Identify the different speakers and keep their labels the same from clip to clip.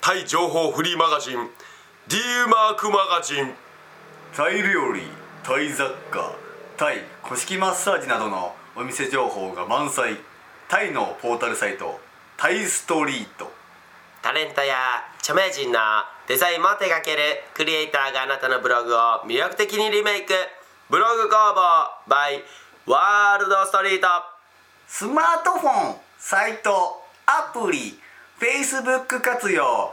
Speaker 1: タイ情報フリーマガジン D マークマガジン
Speaker 2: タイ料理タイ雑貨タイ古式マッサージなどのお店情報が満載タイのポータルサイトタイストリート
Speaker 1: タレントや著名人のデザインも手掛けるクリエイターがあなたのブログを魅力的にリメイクブログ工房 by ワールドストリート
Speaker 2: スマートフォンサイトアプリ Facebook 活用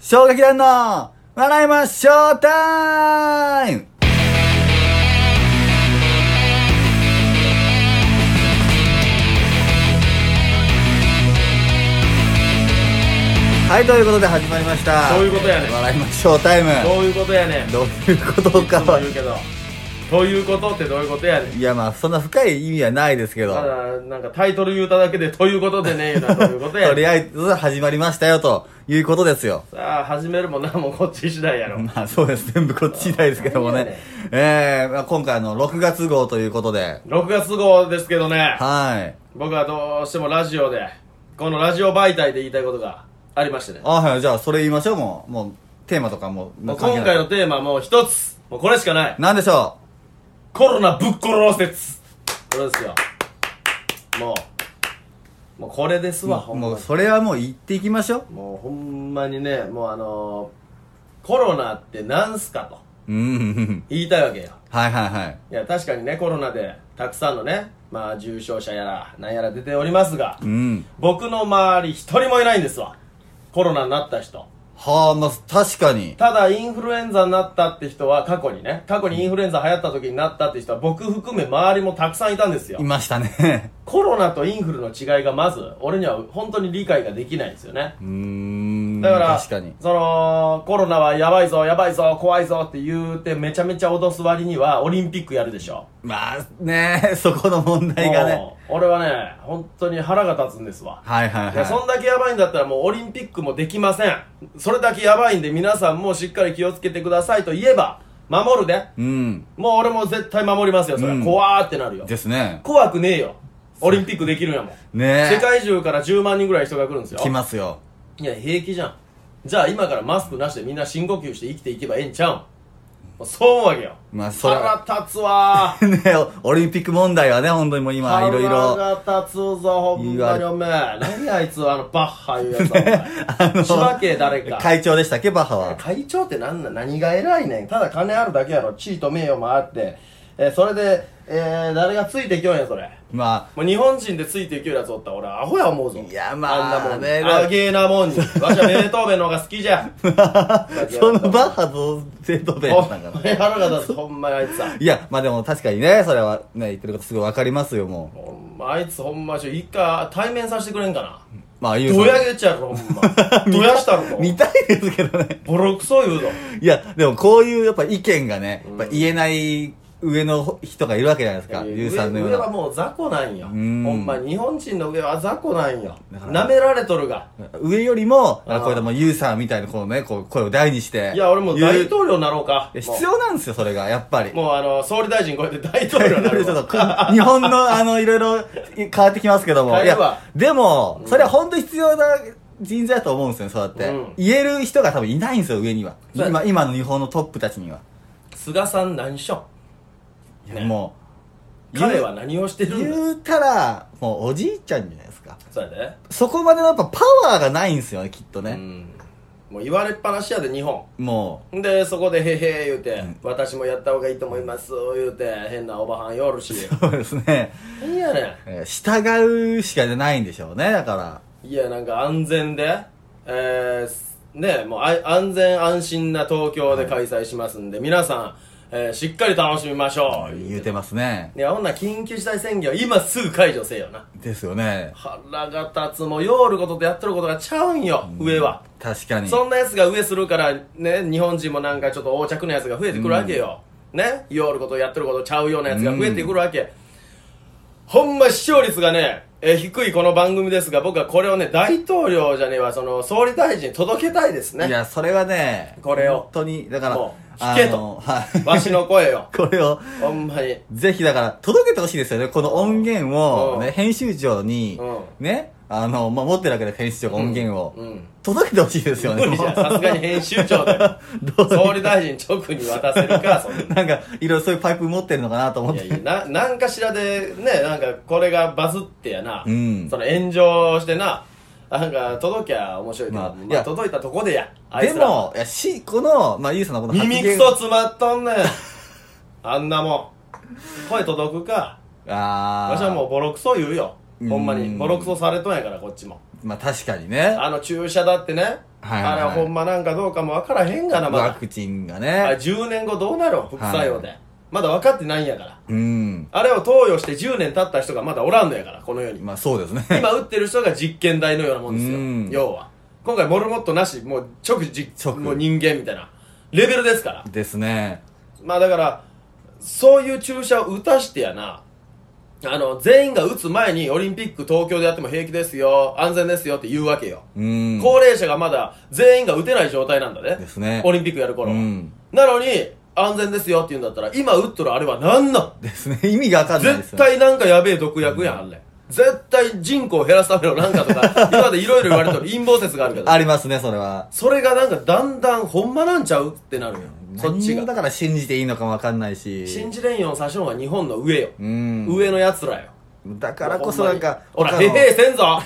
Speaker 2: 衝撃団の笑いましょうタイムはいということで始まりました
Speaker 3: そういうことやねん
Speaker 2: 笑いましょうタイム
Speaker 3: どういうことやねん。
Speaker 2: どういうことか
Speaker 3: と
Speaker 2: は
Speaker 3: 言うけど。ということってどういうことやねん。
Speaker 2: いやまあそんな深い意味はないですけど
Speaker 3: ただ、なんかタイトル言うただけで、ということでね、言うな、どういうこと や
Speaker 2: とり
Speaker 3: ねん。
Speaker 2: あえず始まりましたよということです よ。
Speaker 3: さあ、始めるもんな、もうこっち次第やろ。
Speaker 2: まあそうです。全部こっち次第ですけども
Speaker 3: いい
Speaker 2: ね
Speaker 3: ね。
Speaker 2: ええまあ今回あの6月号ということで。
Speaker 3: 6月号ですけどね、
Speaker 2: はい。
Speaker 3: 僕はどうしてもラジオで、このラジオ媒体で言いたいことがありましてね。
Speaker 2: あはい。じゃあそれ言いましょうもう。もうテーマとかも。
Speaker 3: も
Speaker 2: も
Speaker 3: う
Speaker 2: う関係
Speaker 3: 今
Speaker 2: ない
Speaker 3: 回のテーマはもう一つ。もうこれしかない。
Speaker 2: なんでしょ
Speaker 3: コロナぶっ殺せつ。これですよ。もう、もうこれです
Speaker 2: う。
Speaker 3: わ、
Speaker 2: も
Speaker 3: ほ
Speaker 2: うん
Speaker 3: ま
Speaker 2: もう
Speaker 3: に。
Speaker 2: それはもう言っていきましょ
Speaker 3: もうほんまにね、もうあのー、コロナってなんすかと
Speaker 2: う。うんうんうん。
Speaker 3: 言いたいわけよ。
Speaker 2: はいはいはい。
Speaker 3: いや、確かにね、コロナでたくさんのね、まあ重症者やら、なんやら出ておりますが、
Speaker 2: うん。
Speaker 3: 僕の周り一人もいないんですわ。コロナになった人。
Speaker 2: はあ、まあ確かに。
Speaker 3: ただインフルエンザになったって人は過去にね、過去にインフルエンザ流行った時になったって人は僕含め周りもたくさんいたんですよ
Speaker 2: い。ましたね。
Speaker 3: コロナとインフルの違いがまず、俺には本当に理解ができないんですよね。
Speaker 2: うーん。
Speaker 3: だから、
Speaker 2: 確かに。
Speaker 3: その、コロナはやばいぞ、やばいぞ、怖いぞって言うて、めちゃめちゃ脅す割には、オリンピックやるでしょ。
Speaker 2: まあね、そこの問題がね。
Speaker 3: もう俺はね、本当に腹が立つんですわ。
Speaker 2: はいはい
Speaker 3: いやそ
Speaker 2: は
Speaker 3: んだけやばいんだったらもうオリンピックもできません。それだけやばいんで皆さんもしっかり気をつけてくださいと言えば、守るで。
Speaker 2: い。うん。
Speaker 3: もう俺も絶対守りますよ、それ。
Speaker 2: うん
Speaker 3: 怖ーってなるよ
Speaker 2: で。すね。
Speaker 3: 怖くねえよ。オリンピックできるんやもん。
Speaker 2: ねえ。
Speaker 3: 世界中から10万人ぐらい人が来るんですよ。
Speaker 2: 来ますよ。
Speaker 3: いや、平気じゃん。じゃあ今からマスクなしでみんな深呼吸して生きていけばええんちゃうん。もうそう思うわけよ。
Speaker 2: まあそら、
Speaker 3: 腹立つ わー。
Speaker 2: ね、オリンピック問題はね、本当にもう今、いろいろ、
Speaker 3: 腹が立つぞ、ほん
Speaker 2: 言わ
Speaker 3: まに
Speaker 2: れ
Speaker 3: おめえ。何あいつ、あの、バッハいうやつお前
Speaker 2: あの
Speaker 3: 千葉県誰か。
Speaker 2: 会長でしたっけ、バッハは。
Speaker 3: 会長ってなんなん何が偉いねん。ただ金あるだけやろ。地位と名誉もあって。えーそれで、えー誰がついていきょんや、それ。
Speaker 2: ま
Speaker 3: もう日本人でついていきょんやつおったら俺アホや思うぞ。
Speaker 2: いやまあ
Speaker 3: あんなもんに。
Speaker 2: ね
Speaker 3: あげえなもんに。わしはベートーベンの方が好きじゃ。
Speaker 2: あ、 そのバッハとベートーベン
Speaker 3: ほ
Speaker 2: さん
Speaker 3: ん
Speaker 2: が
Speaker 3: ま。に腹が立つ、ほんまにあいつさ。
Speaker 2: いや、まあでも確かにね、それはね、言ってることすごいわかりますよ、も
Speaker 3: ほんまあいつほんまちょ、一回対面させてくれんかな。
Speaker 2: う。まあ、言う
Speaker 3: どやげちゃうぞ、ほん ま。どやしたろ、
Speaker 2: 見たいですけどね。
Speaker 3: ボロクソ言うぞ。
Speaker 2: いや、でもこういうやっぱ意見がね、やっぱ言えない上の人がいるわけじゃないですか、ゆうさんの
Speaker 3: 上
Speaker 2: よう
Speaker 3: 上は
Speaker 2: な。
Speaker 3: もう雑魚なんよ。ほ
Speaker 2: ん
Speaker 3: んま、日本人の上は雑魚なんよ。
Speaker 2: だから
Speaker 3: 舐められとるが。
Speaker 2: 上よりも、
Speaker 3: あ
Speaker 2: あ
Speaker 3: ー
Speaker 2: こういったもうゆうさんみたいなこうね、こう声を大にして。
Speaker 3: いや、俺もう
Speaker 2: 言う
Speaker 3: 大統領になろうか。
Speaker 2: いや必要なんですよ、それが、やっぱり。
Speaker 3: もうもうあの、総理大臣超えて大統領になる
Speaker 2: ちょっ
Speaker 3: わ
Speaker 2: とこ日本の、あの、いろいろ変わってきますけども。
Speaker 3: 変
Speaker 2: い
Speaker 3: えるわ
Speaker 2: や、でも、それは本当に必要な人材だと思うんですよね、そうやって。
Speaker 3: うん
Speaker 2: 言える人が多分いないんですよ、上には。
Speaker 3: そうや
Speaker 2: 今、今の日本のトップたちには。
Speaker 3: 菅さん何しょ
Speaker 2: いや
Speaker 3: ね
Speaker 2: もう、
Speaker 3: 彼は何をしてる
Speaker 2: 言うん
Speaker 3: だ
Speaker 2: 言うたら、もうおじいちゃんじゃないですか。
Speaker 3: そうやで。
Speaker 2: そこまでのやっぱパワーがないんですよね、きっとね。
Speaker 3: うんもう言われっぱなしやで日本
Speaker 4: もう
Speaker 3: でそこで「へへ」言うて、私もやった方がいいと思います」言うて変なおばはんよるし
Speaker 4: そうですね
Speaker 3: 何やね
Speaker 4: えー従うしかないんでしょうねだから
Speaker 3: んいやなんか安全でえー、ねもうあ安全安心な東京で開催しますんで、皆さん、えーしっかり楽しみましょう
Speaker 4: 言うてますね
Speaker 3: いやほんなら緊急事態宣言を今すぐ解除せよな
Speaker 4: ですよね
Speaker 3: 腹が立つもうよることとやってることがちゃうんよ、上は
Speaker 4: 確かに
Speaker 3: そんなやつが上するからね日本人もなんかちょっと横着なやつが増えてくるわけよ、ね言おることやってることちゃうようなやつが増えてくるわけ、ほんま視聴率がねえー低いこの番組ですが僕はこれをね大統領じゃねえわその総理大臣に届けたいです
Speaker 4: い
Speaker 3: ね
Speaker 4: やそれはね
Speaker 3: これを
Speaker 4: 本当にだから
Speaker 3: もう聞け
Speaker 4: あ
Speaker 3: と
Speaker 4: のはい
Speaker 3: わしの声を
Speaker 4: これを
Speaker 3: ほんまに
Speaker 4: ぜひだから届けてほしいですよねこの音源を、
Speaker 3: うん
Speaker 4: ね、編集長に、
Speaker 3: う
Speaker 4: ねあの、まあ、持ってるわけで編集長が音源を、
Speaker 3: うん
Speaker 4: 届けてほしいですよね
Speaker 3: 無理じゃんさすがに編集長だよ
Speaker 4: どう
Speaker 3: 総理大臣直に渡せるかそんな
Speaker 4: なんかいろいろそういうパイプ持ってるのかなと思っ
Speaker 3: い
Speaker 4: て
Speaker 3: やいやななんかしらでねなんかこれがバズってやな、
Speaker 4: うん
Speaker 3: その炎上してななんか届きゃ面白いけど、
Speaker 4: まあ
Speaker 3: まあ
Speaker 4: いや
Speaker 3: 届いたとこでやあい
Speaker 4: で
Speaker 3: つら
Speaker 4: もいやしこの、まあ、ゆうさんのこの
Speaker 3: 耳くそ詰まっとんねんあんなもん声届くか
Speaker 4: ああ
Speaker 3: 私はもうボロクソ言うよほんま
Speaker 4: う
Speaker 3: に
Speaker 4: ん
Speaker 3: ボロクソされとんやからこっちも
Speaker 4: まあ確かにね
Speaker 3: あの注射だってね、
Speaker 4: はいはいはい
Speaker 3: あれほんまなんかどうかも分からへんがなま
Speaker 4: ワ
Speaker 3: だ
Speaker 4: クチンが
Speaker 3: あ
Speaker 4: ね
Speaker 3: 10年後どうなるん副作用で、まだ分かってないんやから
Speaker 4: うん
Speaker 3: あれを投与して10年経った人がまだおらんのやからこの世に
Speaker 4: まあそうですね
Speaker 3: 今打ってる人が実験台のようなもん
Speaker 4: うん
Speaker 3: ですよ要は今回モルモットなしもう直実
Speaker 4: 直
Speaker 3: もう人間みたいなレベルですから
Speaker 4: ですね
Speaker 3: まあだからそういう注射を打たしてやなあの全員が打つ前にオリンピック東京でやっても平気ですよ安全ですよって言うわけよ、
Speaker 4: うん
Speaker 3: 高齢者がまだ全員が打てない状態なんだね
Speaker 4: ですね
Speaker 3: オリンピックやる頃は、
Speaker 4: うん
Speaker 3: なのに安全ですよって言うんだったら今打っとるあれは何なん
Speaker 4: ですね 意味がわかんないです
Speaker 3: 絶
Speaker 4: よね
Speaker 3: 対なんかやべえ毒薬やん、あれ。絶対人口を減らすためのなんか とか、今までいろいろ言われてる陰謀説があるけど
Speaker 4: あ、りますねそれは
Speaker 3: それがなんかだんだんほんまなんちゃうってなるよ。そっち
Speaker 4: 何をだ
Speaker 3: が。
Speaker 4: から信じていいのかもわかんないし
Speaker 3: 信じれんようさしのが日本の上よ。
Speaker 4: うん
Speaker 3: 上の奴らよ。
Speaker 4: だからこそなんか
Speaker 3: ほんま
Speaker 4: 他
Speaker 3: に
Speaker 4: の
Speaker 3: ほら、へへせ んぞ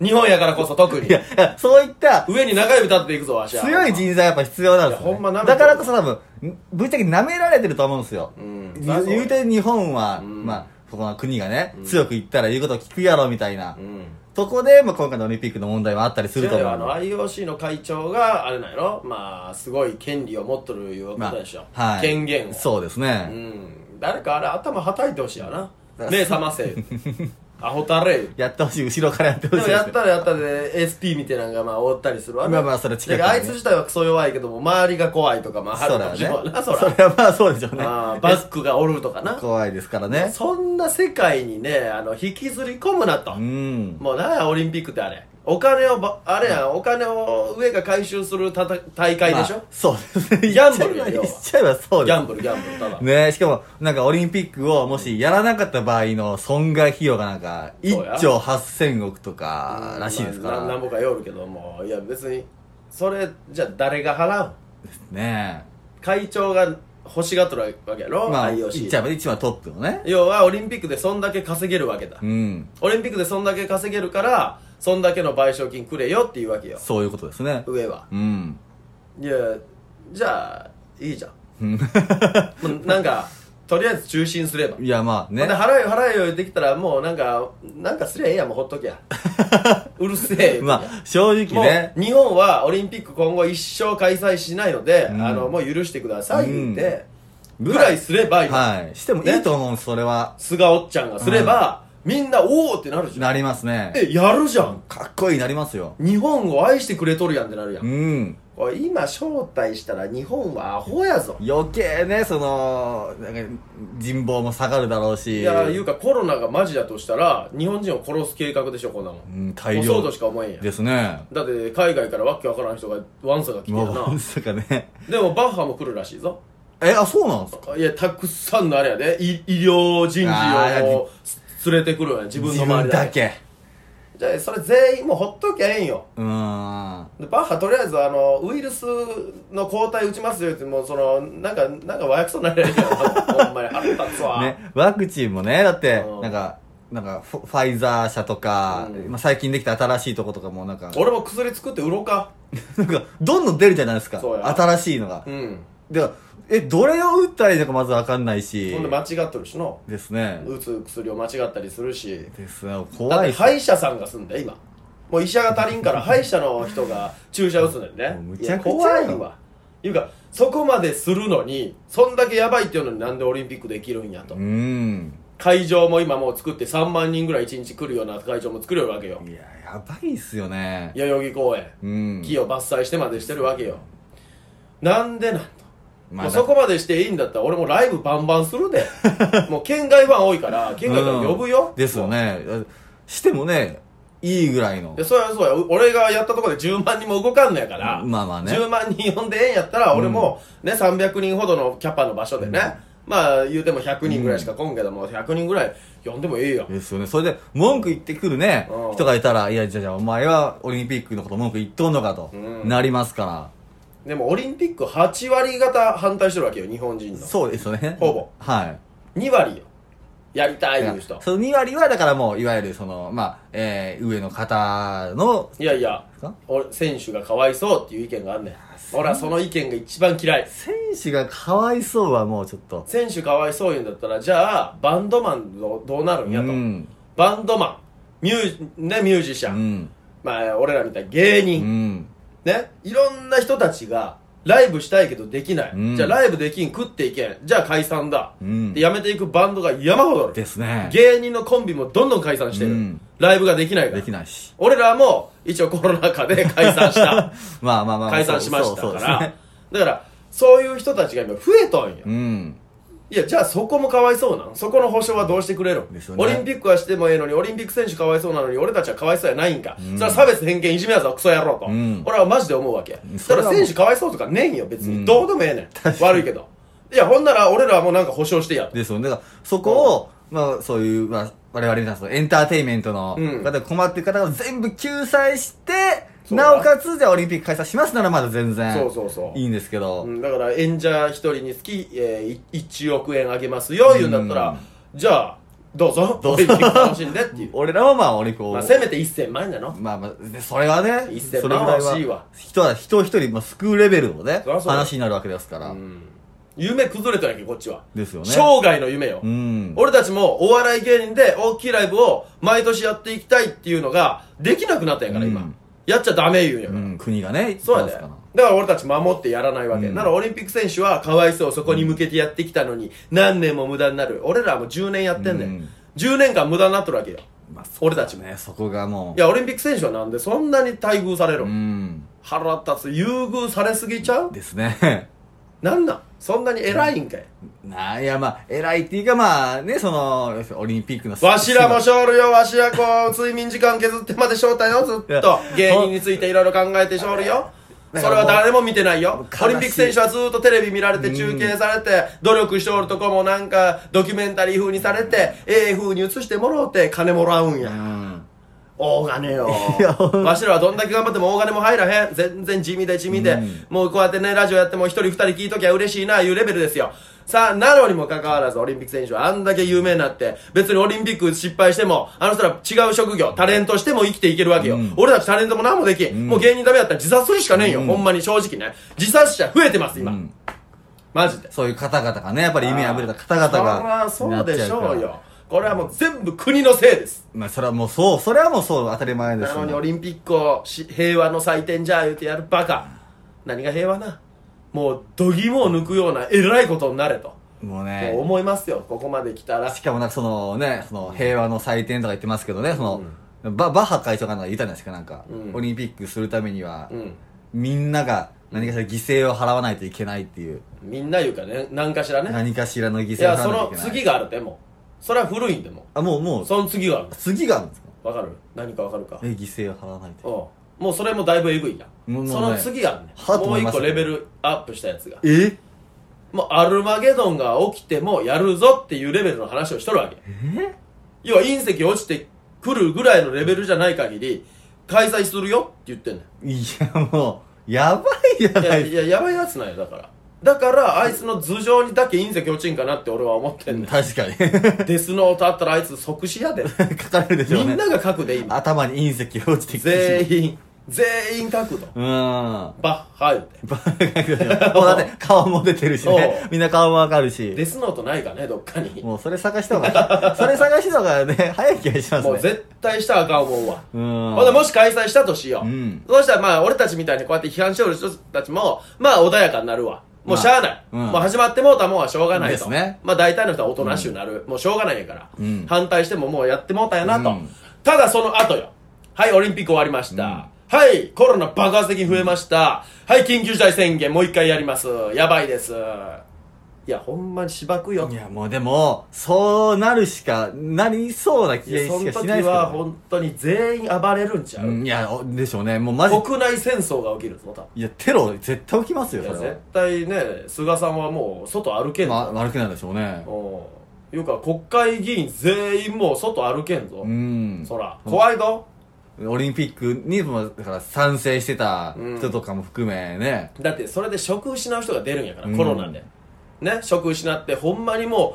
Speaker 3: 日本やからこそ特に
Speaker 4: い。やいやそういった
Speaker 3: 上に中指立っていくぞ、わしは。
Speaker 4: 強い人材はやっぱ必要なんです
Speaker 3: い
Speaker 4: よ、
Speaker 3: やほんま舐めてる
Speaker 4: だからこそ多分んぶっちゃけ舐められてると思うんですよ、
Speaker 3: ん
Speaker 4: ゆ言うて日本は、まあそこの国がね、強く言ったら言うことを聞くやろみたいな、
Speaker 3: うん。
Speaker 4: とこで、まあ、今回のオリンピックの問題はあったりすると
Speaker 3: 違
Speaker 4: 思
Speaker 3: うよあ
Speaker 4: う
Speaker 3: の IOC の会長が、あれなんやろまあ、すごい権利を持っとるいうことでしょ。
Speaker 4: はい、
Speaker 3: 権限を。
Speaker 4: そうです
Speaker 3: う
Speaker 4: ね、
Speaker 3: ん誰かあれ頭はたいてほしいよな
Speaker 4: から
Speaker 3: 目覚ま せ言うてアホたれ言うて
Speaker 4: やってほしい後ろからやってほ
Speaker 3: で
Speaker 4: しいで
Speaker 3: もや
Speaker 4: す、
Speaker 3: っ
Speaker 4: ね、
Speaker 3: たらやったで SP みたいなのがまあ覆ったりするわね
Speaker 4: まあまあそれは近くにね
Speaker 3: だからあいつ自体はクソ弱いけども周りが怖いとかまああ
Speaker 4: そ
Speaker 3: る
Speaker 4: うだ
Speaker 3: か
Speaker 4: よ
Speaker 3: も
Speaker 4: ね
Speaker 3: しれんなそら
Speaker 4: それはまあそうでしょうね
Speaker 3: ああバックがおるとかな
Speaker 4: 怖いですからね
Speaker 3: そんな世界にねあの引きずり込むなと
Speaker 4: うん
Speaker 3: もうなんやオリンピックってあれお金をばあれやんお金を上が回収するたた大会でし
Speaker 4: ま
Speaker 3: ょ
Speaker 4: あそうですね
Speaker 3: ギャンブルよ
Speaker 4: 言っちゃえばそう
Speaker 3: ギ
Speaker 4: です
Speaker 3: ャンブルギャンブルただ
Speaker 4: ねしかも、なんかオリンピックをもしやらなかった場合の損害費用がなんか、
Speaker 3: そうや
Speaker 4: 1兆8000億とからしいですか
Speaker 3: まあななん
Speaker 4: ら。
Speaker 3: ぼかよるけどもいや別にそれじゃあ誰が払うん
Speaker 4: ね
Speaker 3: 会長が欲しがっとるわけやろ、
Speaker 4: まあ、言っ
Speaker 3: IOC
Speaker 4: ちゃえば一番トップのね。
Speaker 3: 要はオリンピックでそんだけ稼げるわけだ、
Speaker 4: うん。
Speaker 3: オリンピックでそんだけ稼げるからそんだけの賠償金くれよっていうわけよ
Speaker 4: そういうことですね。
Speaker 3: 上は
Speaker 4: うん。
Speaker 3: いやじゃあいいじゃん、 もうなんかとりあえず中心すれば、
Speaker 4: いや、まあ
Speaker 3: ほんで
Speaker 4: ね。
Speaker 3: 払えよ払えよ言ってきたらもうなんかなんかすりゃええやんもうほっとけ やうるせえ言うて
Speaker 4: まあ、正直
Speaker 3: も
Speaker 4: ね。
Speaker 3: う日本はオリンピック今後一生開催しないので、
Speaker 4: うん
Speaker 3: あのもう許してください言って、
Speaker 4: うん
Speaker 3: ぐらいすれば今、
Speaker 4: はい。してもいいと思うんです、それは。
Speaker 3: 菅おっちゃんがすれば、みんなおおってなるじゃん
Speaker 4: なりますね。
Speaker 3: えやるじゃん
Speaker 4: かっこいいなりますよ。
Speaker 3: 日本を愛してくれとるやんってなるやん、
Speaker 4: うん。
Speaker 3: おい今招待したら日本はアホやぞ
Speaker 4: 余計ね、その、なんか、人望も下がるだろうし。
Speaker 3: いやいうかコロナがマジだとしたら日本人を殺す計画でしょこんなもん、
Speaker 4: うん大量
Speaker 3: もうそうとしか思えんやん
Speaker 4: ですね。
Speaker 3: だって海外からわけわからん人がワンサが来てる
Speaker 4: もう、ま
Speaker 3: な
Speaker 4: さか ね。
Speaker 3: でもバッハも来るらしいぞ
Speaker 4: え、あ、そうなんですか
Speaker 3: いや、たくさんのあれやで、い医療人
Speaker 4: あ
Speaker 3: 事
Speaker 4: ー
Speaker 3: をす連れてくるわね、自分の
Speaker 4: 自
Speaker 3: 周
Speaker 4: 分
Speaker 3: りだ
Speaker 4: だ
Speaker 3: け。
Speaker 4: け。
Speaker 3: じゃあ、それ全員もうほっときゃええんよ。
Speaker 4: うーん。
Speaker 3: でバッハとりあえず、あの、ウイルスの抗体打ちますよって、もうその、なんか、 なんか和訳そうになれるよ。ほんまに腹立つわ。
Speaker 4: ね、ワクチンもね、だって
Speaker 3: う、ん
Speaker 4: なんか、なんかフォファイザー社とか、まあ、最近できた新しいとことかもなんか、
Speaker 3: 俺も薬作って売ろうか
Speaker 4: なんか、どんどん出るじゃないですか。
Speaker 3: そうや
Speaker 4: 新しいのが
Speaker 3: う。ん
Speaker 4: では、え、どれを打ったらいいのかまずわかんないし
Speaker 3: ほん。で間違っとるしの
Speaker 4: ですね。
Speaker 3: 打つ薬を間違ったりするし
Speaker 4: ですね。
Speaker 3: だっ
Speaker 4: 怖い
Speaker 3: て
Speaker 4: っす
Speaker 3: 歯医者さんが住んで今もう医者が足りん から歯医者の人が注射打つのよね
Speaker 4: もうむ
Speaker 3: い
Speaker 4: ちゃ
Speaker 3: や
Speaker 4: くちゃ
Speaker 3: 怖
Speaker 4: や
Speaker 3: いわいうかそこまでするのにそんだけやばいっていうのになんでオリンピックできるんやと、
Speaker 4: うん。
Speaker 3: 会場も今もう作って3万人ぐらい1日来るような会場も作れるわけよ
Speaker 4: いや、やばいっすよね。
Speaker 3: 代々木公園
Speaker 4: うん。
Speaker 3: 木を伐採してまでしてるわけよなんでなんと
Speaker 4: まあ
Speaker 3: もうそこまでしていいんだったら俺もライブバンバン するでもう県外ファン多いから県外から呼ぶよ、
Speaker 4: うんですよね。してもね、いいぐらいの
Speaker 3: いや、。そりゃそうや。う俺がやったところで10万人も動かんのやから。
Speaker 4: うんまあまあね
Speaker 3: 10万人呼んでええんやったら、俺もね、300人ほどのキャパの場所でね。まあ、言うても100人ぐらいしか来んけども、100人ぐらい呼んでもええやん。
Speaker 4: ですよね。それで、文句言ってくるね
Speaker 3: うん、
Speaker 4: 人がいたら、いや、じゃあじゃあお前はオリンピックのこと文句言っとんのかと、なりますから。
Speaker 3: でも、オリンピック8割方反対してるわけよ、日本人の。
Speaker 4: そうですよね。
Speaker 3: ほぼ。
Speaker 4: はい。
Speaker 3: 2割よ。やりたいいう人。
Speaker 4: その2割はだからもういわゆるそのまあ、えー、上の方の
Speaker 3: いやいや
Speaker 4: か、
Speaker 3: 俺、選手がかわいそうっていう意見があんねん。俺はその意見が一番嫌い。
Speaker 4: 選手がかわいそうはもうちょっと
Speaker 3: 選手かわいそう言うんだったら、じゃあ、バンドマンどうどうなるんや
Speaker 4: う
Speaker 3: と。
Speaker 4: ん
Speaker 3: バンドマン、ミュー、ね、ミュージシャ
Speaker 4: う
Speaker 3: ン、
Speaker 4: ん
Speaker 3: まあ、俺らみたいに芸
Speaker 4: う
Speaker 3: 人、
Speaker 4: ん
Speaker 3: ね、いろんな人たちが、ライブしたいけどできない。
Speaker 4: うん
Speaker 3: じゃあライブできん、食っていけん。じゃあ解散だ。
Speaker 4: うん
Speaker 3: で、やめていくバンドが山ほどある。
Speaker 4: ですね
Speaker 3: 芸人のコンビもどんどん解散してる。
Speaker 4: うん
Speaker 3: ライブができないから。
Speaker 4: できないし
Speaker 3: 俺らも、一応コロナ禍で解散した。
Speaker 4: まあ まあまあ
Speaker 3: 解散しました
Speaker 4: そう
Speaker 3: か
Speaker 4: そう
Speaker 3: ら。
Speaker 4: そうですね
Speaker 3: だから、そういう人たちが今増えとんよ。
Speaker 4: うん
Speaker 3: いや、じゃあそこもかわいそうなんそこの保証はどうしてくれるん
Speaker 4: ですよね
Speaker 3: オリンピックはしてもええのに、オリンピック選手かわいそうなのに、俺たちはかわいそうやないんか。それは差別偏見いじめやぞ、クソ野郎と。
Speaker 4: ん
Speaker 3: 俺はマジで思うわけ。
Speaker 4: そ
Speaker 3: だ
Speaker 4: れ
Speaker 3: か
Speaker 4: はも
Speaker 3: ら
Speaker 4: う
Speaker 3: 選手かわいそうとかねえんよ、別に。どうでもええねん。悪いけど。いや、ほんなら俺らはもうなんか保証してやと。
Speaker 4: ですよねだからそこを、まあそういう、まあ、我々みたいなそのエンターテインメントの
Speaker 3: うん
Speaker 4: 方が困ってる方を全部救済して、
Speaker 3: そうだ
Speaker 4: なおかつじゃあオリンピック開催しますならまだ全然
Speaker 3: そうそうそう
Speaker 4: いいんですけど、。
Speaker 3: うん、だから演者一人につき、えー、い1億円あげますよ、言うんだったら、じゃあ、どうぞ、オリンピック楽しんでっていう
Speaker 4: 俺らはまあオリンピックを
Speaker 3: まあ、せめて1000万円なの。
Speaker 4: まあまあ、でそれはね、
Speaker 3: 一
Speaker 4: そ
Speaker 3: 銭
Speaker 4: れぐらい
Speaker 3: まあ欲しいわ
Speaker 4: は、人は人を一人、まあ、救うレベルのね
Speaker 3: そりゃ、そうだ
Speaker 4: 話になるわけですから。
Speaker 3: 夢崩れたんやけど、こっちは。
Speaker 4: ですよね
Speaker 3: 生涯の夢よ。
Speaker 4: うん
Speaker 3: 俺たちもお笑い芸人で大きいライブを毎年やっていきたいっていうのができなくなったんやから、
Speaker 4: う
Speaker 3: 今
Speaker 4: ん。
Speaker 3: やっちゃダメ言うんや
Speaker 4: う
Speaker 3: から。
Speaker 4: ん、国がね、
Speaker 3: そうやで。
Speaker 4: 言って
Speaker 3: だか
Speaker 4: ますから
Speaker 3: 俺たち守ってやらないわけ。ならオリンピック選手はかわいそう、そこに向けてやってきたのに、何年も無駄になる。俺らはもう10年やってんね
Speaker 4: うんん。
Speaker 3: 10年間無駄になっとるわけよ。
Speaker 4: まあそ
Speaker 3: 俺たちも。
Speaker 4: ね、そこがも
Speaker 3: いや、オリンピック選手はなんでそんなに待遇され
Speaker 4: う、
Speaker 3: る
Speaker 4: う
Speaker 3: の
Speaker 4: ん、
Speaker 3: 腹立つ。優遇されすぎちゃう
Speaker 4: ですね。
Speaker 3: なんなんそんなに偉いんかい。
Speaker 4: な、いや、まあ、偉いっていうか、まあ、ね、その、要するにオリンピックの。
Speaker 3: わしらも勝利よ、わしらこう、睡眠時間削ってまで招待よ、ずっ
Speaker 4: や
Speaker 3: と。芸人についていろいろ考えて勝利よ。
Speaker 4: だ
Speaker 3: そ
Speaker 4: から
Speaker 3: れ
Speaker 4: もう
Speaker 3: は誰も見てないよ
Speaker 4: 悲。しい
Speaker 3: オリンピック選手はずっとテレビ見られて中継されて、努力しておるとこもなんかドキュメンタリー風にされて、ええ風に映してもろうて金もらうん
Speaker 4: う
Speaker 3: や。
Speaker 4: ん。
Speaker 3: 大金よ
Speaker 4: や。ほん
Speaker 3: わしらはどんだけ頑張っても大金も入らへん。全然地味で地味で。
Speaker 4: うん
Speaker 3: もうこうやってね、ラジオやっても一人二人聞いときゃ嬉しいな、いうレベルですよ。さあ、なのにもかかわらず、オリンピック選手はあんだけ有名になって、別にオリンピック失敗しても、あの人ら違う職業、タレントしても生きていけるわけよ。俺たちタレントも何もできん。もう芸人ダメだったら自殺するしかねえよ。ほんまに正直ね。自殺者増えてます、今。
Speaker 4: うん
Speaker 3: マジで。
Speaker 4: そういう方々がね、やっぱり夢破れた方々
Speaker 3: そりゃ
Speaker 4: が。
Speaker 3: そうでしょう
Speaker 4: なっちゃから
Speaker 3: よ。これはもう全部国のせいです。
Speaker 4: まあ、それはもうそう、それはもうそう、当たり前です
Speaker 3: なの
Speaker 4: よ
Speaker 3: に
Speaker 4: ね
Speaker 3: オリンピックをし平和の祭典じゃあ言うてやるバカ何が平和なもう度肝を抜くような偉いことになれと、
Speaker 4: もうね
Speaker 3: もう。思いますよここまで来たら
Speaker 4: しかもなんかそのね、その平和の祭典とか言ってますけどね、その、ババッハ会長がなんか言ったじゃないですか、なんか、
Speaker 3: ん
Speaker 4: オリンピックするためには、
Speaker 3: うん
Speaker 4: みんなが何かしら犠牲を払わないといけないっていう、
Speaker 3: みんな言うかね何かしらね
Speaker 4: 何かしらの犠
Speaker 3: い
Speaker 4: 牲を
Speaker 3: や
Speaker 4: 払
Speaker 3: そ
Speaker 4: わないとい
Speaker 3: の
Speaker 4: けない。
Speaker 3: 次があるでもそれは古いんでも
Speaker 4: あ、もうもう、
Speaker 3: その次がある
Speaker 4: 次があるんですか
Speaker 3: わかる何かわかるか
Speaker 4: え、犠牲を払わないと。
Speaker 3: おうもうそれもだいぶえぐいや
Speaker 4: もうもうね
Speaker 3: その次があるね
Speaker 4: はぁと
Speaker 3: も
Speaker 4: 思
Speaker 3: う
Speaker 4: い
Speaker 3: 一
Speaker 4: まし
Speaker 3: 個
Speaker 4: た
Speaker 3: レベルアップしたやつが
Speaker 4: え
Speaker 3: もうアルマゲドンが起きてもやるぞっていうレベルの話をしとるわけ。要は隕石落ちてくるぐらいのレベルじゃない限り、開催するよって言ってんね
Speaker 4: いや、もう、やばいじゃ
Speaker 3: ん。い
Speaker 4: な
Speaker 3: や、
Speaker 4: い
Speaker 3: いや、やばいやつなんや、だから。だから、あいつの頭上にだけ隕石落ちんかなって俺は思ってんねん。
Speaker 4: 確かに。
Speaker 3: デスノートあったらあいつ即死やで。
Speaker 4: 書かれるでしょ
Speaker 3: み
Speaker 4: うね。
Speaker 3: んなが書く で、今。
Speaker 4: 頭に隕石が落ちてきて。
Speaker 3: 全員、全員書くと。
Speaker 4: うん。バ
Speaker 3: バッハ言うて。
Speaker 4: カ書くでしょ。もうだって顔も出てるしね
Speaker 3: お。う
Speaker 4: みんな顔もわかるし。
Speaker 3: デスノートないかね、どっかに。
Speaker 4: もうそれ探した方が、それ探した方がね、早い気がしますね。
Speaker 3: もう絶対したらあかん思うわ。
Speaker 4: うん。
Speaker 3: ほんで、もし開催したとしよう。
Speaker 4: うん
Speaker 3: そうしたら、まあ、俺たちみたいにこうやって批判しておる人たちも、まあ、穏やかになるわ。もうしゃあない。
Speaker 4: まあうん
Speaker 3: もう始まってもうたもんはしょうがないと。
Speaker 4: ですね
Speaker 3: まあ、大体の人はおとなしゅうなる。もうしょうがないんやから。
Speaker 4: うん
Speaker 3: 反対してももうやってもうたんやなと。
Speaker 4: うん
Speaker 3: ただ、その後よ。はい、オリンピック終わりました。はい、コロナ爆発的に増えました。はい、緊急事態宣言もう一回やります。やばいです。いや、ほんまにしばくよ
Speaker 4: い。や、もうでも、そうなるしか、なりそうな気
Speaker 3: いや
Speaker 4: がし
Speaker 3: その
Speaker 4: かし
Speaker 3: 時
Speaker 4: ないですけど
Speaker 3: は本当に全員暴れるんちゃう、
Speaker 4: うんいや、おでしょうね。もうマジ。
Speaker 3: 国内戦争が起きるぞ、多分。
Speaker 4: いや、テロ絶対起きますよ、
Speaker 3: い
Speaker 4: そ
Speaker 3: や
Speaker 4: れは
Speaker 3: 絶。対ね菅さんはもう外歩けん
Speaker 4: ま
Speaker 3: ぞ、
Speaker 4: 悪くなるでしょうね。
Speaker 3: おういうか国会議員全員もう外歩けんぞ、
Speaker 4: うん。
Speaker 3: そら怖いぞ、
Speaker 4: オリンピックにも、だから賛成してた人とかも含めね。
Speaker 3: だってそれで職失う人が出るんやから、
Speaker 4: うん
Speaker 3: コロナでね職失ってほんまにも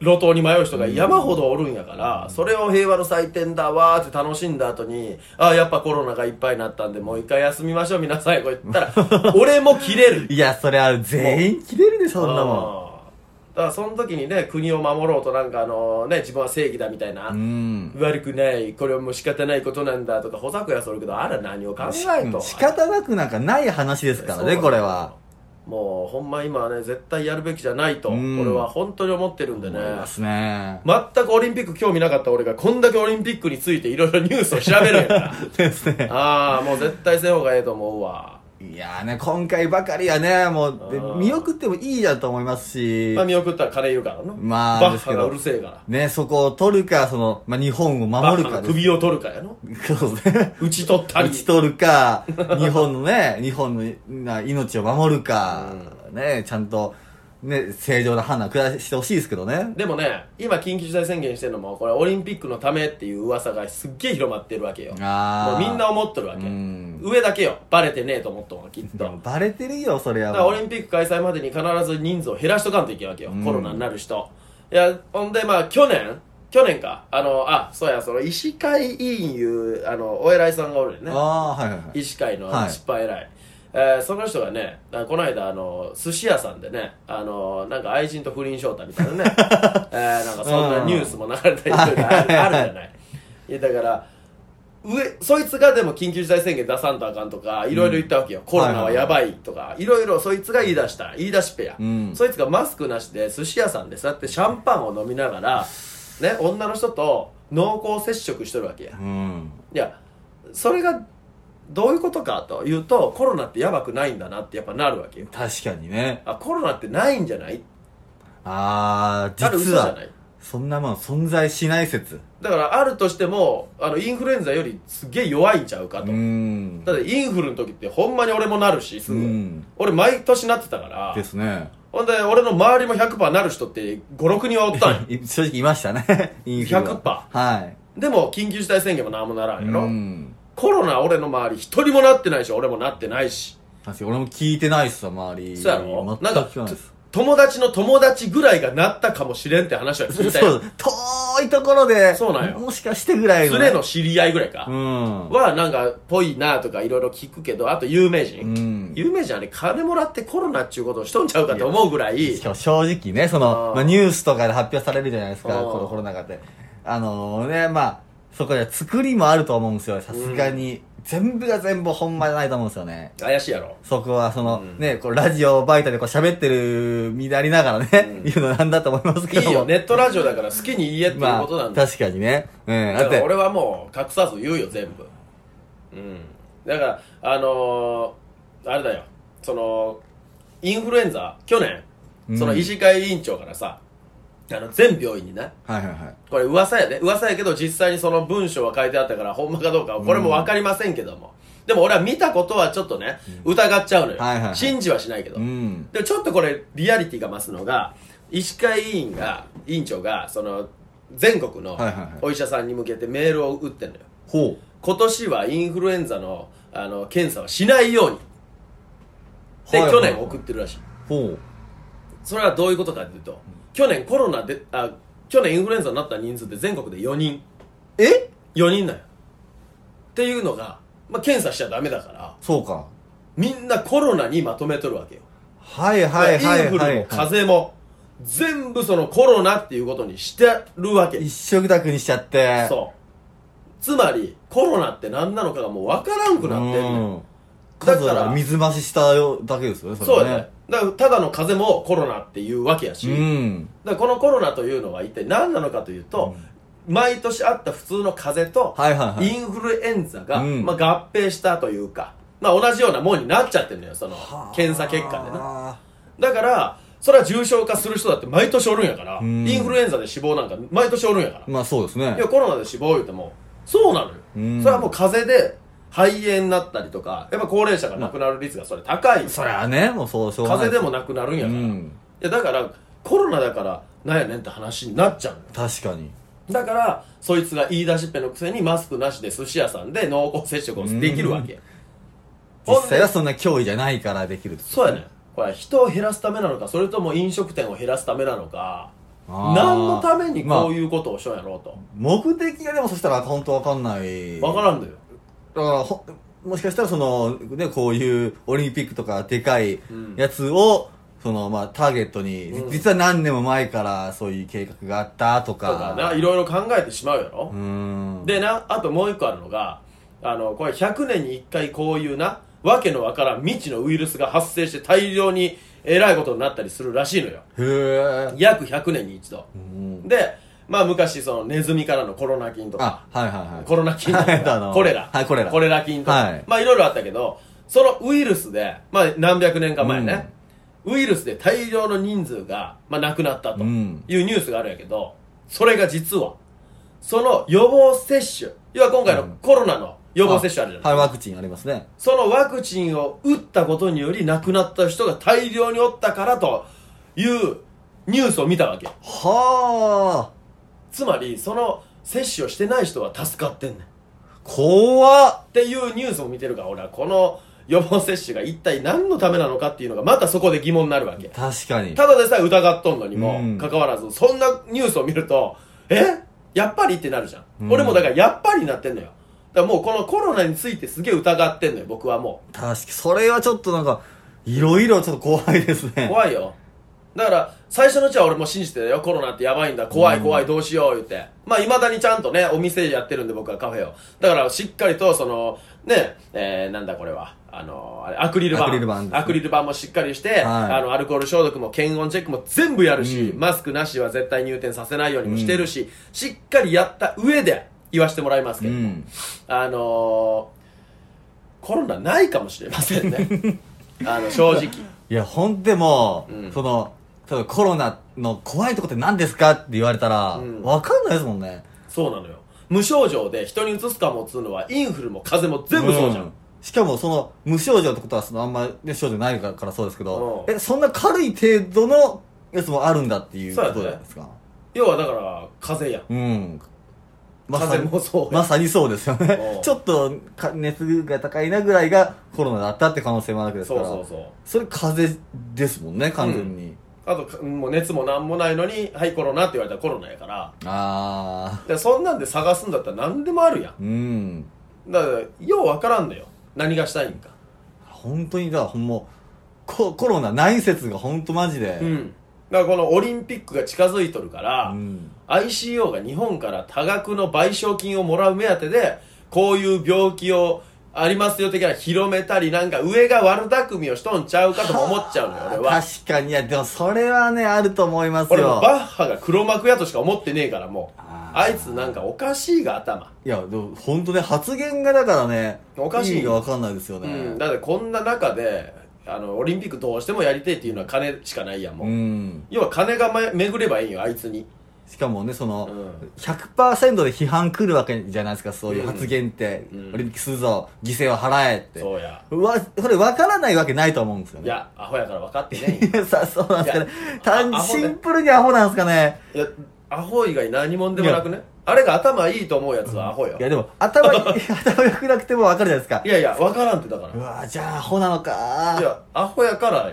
Speaker 3: う路頭に迷う人が山ほどおるんやから、それを平和の祭典だわーって楽しんだ後にああやっぱコロナがいっぱいになったんでもう一回休みましょう皆さんこう言ったら 俺も切れる
Speaker 4: いや、それは全員切れるでしょ、そんなも
Speaker 3: うんだからその時にね国を守ろうとなんかあのね自分は正義だみたいな、
Speaker 4: ん。うん。
Speaker 3: 悪くないこれはもう仕方ないことなんだとかほざくやそるけどあら何を考えんと
Speaker 4: 仕方なくなんかない話ですからね、これは。
Speaker 3: もうほんま今はね絶対やるべきじゃないと
Speaker 4: うん
Speaker 3: 俺は本当に思ってるんでね
Speaker 4: 思いますね。
Speaker 3: 全くオリンピック興味なかった俺がこんだけオリンピックについていろいろニュースを調べるんやから
Speaker 4: ですね。
Speaker 3: ああもう絶対せん方がええと思うわ
Speaker 4: いやーね、今回ばかりはね、もう、で
Speaker 3: うん
Speaker 4: 見送ってもいいやと思いますし
Speaker 3: まあ、見送ったら金いるからな
Speaker 4: まあ
Speaker 3: バッ
Speaker 4: です
Speaker 3: ハ
Speaker 4: け
Speaker 3: が
Speaker 4: ど
Speaker 3: うるせえから
Speaker 4: ね、そこを取るか、その、まあ、日本を
Speaker 3: バ
Speaker 4: 守る
Speaker 3: ッハ
Speaker 4: か
Speaker 3: の
Speaker 4: です。
Speaker 3: 首を取るかやの
Speaker 4: そうですね。
Speaker 3: 打ち取った
Speaker 4: 打
Speaker 3: り
Speaker 4: ち取るか、日本のね、日本のな命を守るか、ね、ちゃんと、ね、正常な判断を下してほしいですけどね。
Speaker 3: でもね今緊急事態宣言してるのもこれオリンピックのためっていう噂がすっげえ広まってるわけよも
Speaker 4: あー。
Speaker 3: うみんな思っとるわ
Speaker 4: う
Speaker 3: け
Speaker 4: ん
Speaker 3: 上だけよバレてねえと思っとんわきっと
Speaker 4: で
Speaker 3: だ
Speaker 4: もバレてるよ、それは。
Speaker 3: からオリンピック開催までに必ず人数を減らしとかんといけんわけよ、コロナになる人いやほんでまあ去年去年かあのあそうやその医師会委員いうあのお偉いさんがおるよね
Speaker 4: ああー、はいはいはい。
Speaker 3: 医師会の
Speaker 4: はい
Speaker 3: 失敗偉い、えーその人がねあこの間あの寿司屋さんでねあのなんか愛人と不倫しようたみたいなね、 えーなんかそんなニュースも流れたりとかあるあるじゃないいやだから上そいつがでも緊急事態宣言出さんとあかんとかいろいろ言ったわけよ、コロナはやばいとかいろいろそいつが言い出した言い出しっぺや、
Speaker 4: うん
Speaker 3: そいつがマスクなしで寿司屋さんでそうやってシャンパンを飲みながら、ね、女の人と濃厚接触しとるわけや、
Speaker 4: うん。
Speaker 3: いやそれがどういうことかというとコロナってやばくないんだなってやっぱなるわけよ
Speaker 4: 確かにね。
Speaker 3: あコロナってないんじゃない
Speaker 4: あ
Speaker 3: あ
Speaker 4: あ、
Speaker 3: る嘘
Speaker 4: 実
Speaker 3: じゃ
Speaker 4: は
Speaker 3: ない、
Speaker 4: そんなもん存在しない説。
Speaker 3: だからあるとしてもあのインフルエンザよりすげえ弱いんちゃうかと、
Speaker 4: うん
Speaker 3: だ。ってインフルの時ってほんまに俺もなるしすぐ、
Speaker 4: うん
Speaker 3: 俺毎年なってたから
Speaker 4: ですね。
Speaker 3: ほんで俺の周りも100%なる人って56人はおったんよ
Speaker 4: い正直いました ね。インフルは
Speaker 3: 100%
Speaker 4: はい。
Speaker 3: でも緊急事態宣言も何もならんやろ、
Speaker 4: うん。
Speaker 3: コロナ俺の周り一人もなってないし俺もなってないし
Speaker 4: 確かに俺も聞いてないっすわ、周り。
Speaker 3: そうやろ
Speaker 4: 全
Speaker 3: な
Speaker 4: く聞
Speaker 3: んか
Speaker 4: かないっす。
Speaker 3: 友達の友達ぐらいがなったかもしれんって話は聞いた
Speaker 4: そ
Speaker 3: よ
Speaker 4: う、遠いところで、
Speaker 3: そうなんよ
Speaker 4: もしかしてぐらいの、
Speaker 3: 連れの知り合いぐらいか、
Speaker 4: うん。
Speaker 3: はなんかぽいなとかいろいろ聞くけどあと有名人、
Speaker 4: うん
Speaker 3: 有名人はね金もらってコロナっちゅうことをしとんちゃうかと思うぐらい
Speaker 4: しかも正直ね、その
Speaker 3: あ、ー
Speaker 4: まあ、ニュースとかで発表されるじゃないですか、
Speaker 3: あー
Speaker 4: このコロナ禍で。あのね、まあ、そこで作りもあると思うんですよ、さすがに。全部が全部ほんまじゃないと思うんですよね。
Speaker 3: 怪しいやろ
Speaker 4: そこは、その、ね、こう、ラジオ媒体でこう喋ってる身でありながらね、言うのなんだと思います
Speaker 3: い
Speaker 4: けども。
Speaker 3: いよネットラジオだから好きに言えっていう
Speaker 4: ま
Speaker 3: ことな
Speaker 4: あ、
Speaker 3: んだ,、
Speaker 4: 確かにね。うん。だ
Speaker 3: だ
Speaker 4: っ
Speaker 3: から
Speaker 4: て、
Speaker 3: 俺はもう隠さず言うよ全部うんだからあのー、あれだよそのインフルエンザ去年その医師会委員長からさ、あの全病院にね
Speaker 4: はいはいはい。
Speaker 3: これ噂やね噂やけど実際にその文章は書いてあったからほんまかどうかはこれも分かりませんけども、でも俺は見たことはちょっとね、疑っちゃうのよ、
Speaker 4: はいはいはい
Speaker 3: 信じはしないけど、
Speaker 4: うん。
Speaker 3: でもちょっとこれリアリティが増すのが医師会委員が委員長がその全国の
Speaker 4: はいはいはい
Speaker 3: お医者さんに向けてメールを打ってんのよ
Speaker 4: ほ
Speaker 3: 今年はインフルエンザのあの検査はしないように
Speaker 4: はい
Speaker 3: で
Speaker 4: はい
Speaker 3: 去年送ってるらしい、
Speaker 4: う。ほ
Speaker 3: それはどういうことかというと、去年コロナであ去年インフルエンザになった人数って全国で4人
Speaker 4: う。え
Speaker 3: 4人なんよっていうのが、まあ、検査しちゃダメだから
Speaker 4: そうか。
Speaker 3: みんなコロナにまとめとるわけよ
Speaker 4: はいはいはい
Speaker 3: インフ
Speaker 4: は
Speaker 3: ル
Speaker 4: い、
Speaker 3: も
Speaker 4: は
Speaker 3: 風邪も全部そのコロナっていうことにしてるわけ
Speaker 4: い。一色卓にしちゃって。
Speaker 3: そうつまりコロナって何なのかがもう分からんくなってんねん
Speaker 4: うん。
Speaker 3: だ
Speaker 4: だ
Speaker 3: か
Speaker 4: からら水増ししたよだけですよね、れ
Speaker 3: そ
Speaker 4: は
Speaker 3: うやねだからただの風邪もコロナっていうわけやし、
Speaker 4: うん。
Speaker 3: だからこのコロナというのは一体何なのかというと、毎年あった普通の風邪と、
Speaker 4: はいはいはい
Speaker 3: インフルエンザが、
Speaker 4: うん
Speaker 3: まあ、合併したというか、まあ、同じようなもんになっちゃってるのよその検査結果でな
Speaker 4: あ
Speaker 3: だからそれは重症化する人だって毎年おるんやから、
Speaker 4: ん
Speaker 3: インフルエンザで死亡なんか毎年おるんやから、
Speaker 4: ーまあそうですね
Speaker 3: いや。コロナで死亡言うてもそうなのよ、
Speaker 4: うん
Speaker 3: それはもう風邪で肺炎になったりとかやっぱ高齢者が亡くなる率がそれ高いよ、
Speaker 4: そりゃね、もうそうしょうがな
Speaker 3: 風
Speaker 4: い。
Speaker 3: 邪でも亡くなるんやから、
Speaker 4: うん
Speaker 3: いやだからコロナだからなんやねんって話になっちゃうのよ
Speaker 4: 確かに。
Speaker 3: だからそいつが言い出しっぺのくせにマスクなしで寿司屋さんで濃厚接触をできるわけ、
Speaker 4: 実
Speaker 3: ほんで
Speaker 4: 際はそんな脅威じゃないからできる。
Speaker 3: そうやねんこれは人を減らすためなのかそれとも飲食店を減らすためなのか
Speaker 4: あー
Speaker 3: 何のためにこう
Speaker 4: まあ
Speaker 3: いうことをしようやろうと、
Speaker 4: 目的がでもそしたら本当わかんない。
Speaker 3: わからんのよ
Speaker 4: だからほもしかしたらその、ね、こういうオリンピックとかでかいやつを、そのまあターゲットに、じ実は何年も前からそういう計画があったと
Speaker 3: とか
Speaker 4: か。
Speaker 3: ないろいろ考えてしまうやろ、
Speaker 4: うーん。
Speaker 3: でなあともう一個あるのがあのこれ100年に1回こういうなわけのわからん未知のウイルスが発生して大量にえらいことになったりするらしいのよ
Speaker 4: へえ。
Speaker 3: 約100年に一度、でまあ昔そのネズミからのコロナ菌とか
Speaker 4: あ、はいはいはい。
Speaker 3: コロナ菌
Speaker 4: はい あ
Speaker 3: と
Speaker 4: の
Speaker 3: コレラ、
Speaker 4: はいコレラ
Speaker 3: 菌とか、
Speaker 4: はい
Speaker 3: まあいろいろあったけどそのウイルスで、まあ、何百年か前ね、ウイルスで大量の人数が、まあ、亡くなったといううんニュースがあるんやけど、それが実はその予防接種要は今回のコロナの予防接種あるじゃない、
Speaker 4: はい、ワクチンありますね。
Speaker 3: そのワクチンを打ったことにより亡くなった人が大量におったからというニュースを見たわけ
Speaker 4: は
Speaker 3: つまりその接種をしてない人は助かってんねん
Speaker 4: あ。怖っ。
Speaker 3: っていうニュースを見てるから俺はこの予防接種が一体何のためなのかっていうのがまたそこで疑問になるわけ
Speaker 4: 確かに。
Speaker 3: ただでさえ疑っとんのに
Speaker 4: う
Speaker 3: も
Speaker 4: ん
Speaker 3: かかわらずそんなニュースを見るとえやっぱりってなるじゃん、俺もだからやっぱりになってんのよだからもうこのコロナについてすげえ疑ってんのよ僕はも
Speaker 4: 確かに。それはちょっとなんか、いろいろちょっと怖いです
Speaker 3: う
Speaker 4: ね。
Speaker 3: 怖いよだから最初のうちは俺も信じてたよコロナってやばいんだ怖い怖いどうしよう言ってまあいまだにちゃんとねお店やってるんで僕はカフェをだからしっかりとそのねえーなんだこれはあのあれアクリル板
Speaker 4: アクリル板ですね
Speaker 3: アクリル板もしっかりして、
Speaker 4: はい
Speaker 3: あのアルコール消毒も検温チェックも全部やるし、マスクなしは絶対入店させないようにもしてるし、しっかりやった上で言わせてもらいますけ
Speaker 4: う
Speaker 3: ど、
Speaker 4: ん。
Speaker 3: あのーコロナないかもしれません ねあの正直
Speaker 4: いや、ほんでも、
Speaker 3: ん
Speaker 4: その、例えばコロナの怖いとこって何ですかって言われたら、
Speaker 3: ん
Speaker 4: わかんないですもんね。
Speaker 3: そうなのよ無症状で人にうつすかもっつうのはインフルも風邪も全部そうじゃん、
Speaker 4: んしかもその、無症状ってことはそのあんまり症状ないからそうですけど、
Speaker 3: うん
Speaker 4: え、そんな軽い程度のやつもあるんだっていう
Speaker 3: そう
Speaker 4: こ
Speaker 3: やね
Speaker 4: とじゃないですか。
Speaker 3: 要はだから風邪やん
Speaker 4: うん。
Speaker 3: 風邪もそうや
Speaker 4: まさにそうですよ
Speaker 3: う
Speaker 4: ね
Speaker 3: ん。
Speaker 4: ちょっとか熱が高いなぐらいがコロナだったって可能性もあるわけです
Speaker 3: そ
Speaker 4: か
Speaker 3: う
Speaker 4: ら。
Speaker 3: そうそう
Speaker 4: それ風邪ですもんね、完全に。
Speaker 3: あとかもう熱もなんもないのに「はいコロナ」って言われたらコロナやから
Speaker 4: あ
Speaker 3: でそんなんで探すんだったら何でもあるやん
Speaker 4: ー。うん。
Speaker 3: だからようわからんのよ何がしたいんか
Speaker 4: 本当にだ、ほんま、ココロナない説が本当マジで。
Speaker 3: うんだからこのオリンピックが近づいとるから、
Speaker 4: うん
Speaker 3: ICO が日本から多額の賠償金をもらう目当てでこういう病気をありますよ的な広めたりなんか上が悪巧みをしとんちゃうかとも思っちゃうのよ俺は
Speaker 4: 確かに、いや、でもそれはね、あると思います
Speaker 3: 俺も
Speaker 4: よ。
Speaker 3: バッハが黒幕やとしか思ってねえからもうあ
Speaker 4: あ
Speaker 3: いつなんかおかしいが頭
Speaker 4: いや、でも本当ね、発言がだからね、
Speaker 3: おかしい
Speaker 4: 意味がわかんないですよ
Speaker 3: う
Speaker 4: ね。
Speaker 3: んだってこんな中であのオリンピックどうしてもやりてえっていうのは金しかないやんもう、
Speaker 4: うん
Speaker 3: 要は金がめ巡ればいいよあいつに
Speaker 4: しかもね、その、
Speaker 3: うん
Speaker 4: 100%で批判来るわけじゃないですか、そういう発言って。
Speaker 3: うん
Speaker 4: オリンピックするぞ、犠牲を払えって。
Speaker 3: そうや
Speaker 4: うわ、それ分からないわけないと思うんですよね。
Speaker 3: いやアホやから分かってねえよ
Speaker 4: いや。さ、そうなんですかね
Speaker 3: いや。
Speaker 4: 単
Speaker 3: あアホね
Speaker 4: シンプルにアホなんですかね。
Speaker 3: いやアホ以外何もんでもなくねあれが頭いいと思うやつはアホよ
Speaker 4: いや、でも、 頭いい、頭良くなくても分かるじゃないですか
Speaker 3: い。やいや、わからんってだか
Speaker 4: う
Speaker 3: ら。
Speaker 4: わ、じゃあアホなのか
Speaker 3: いや、アホやからや。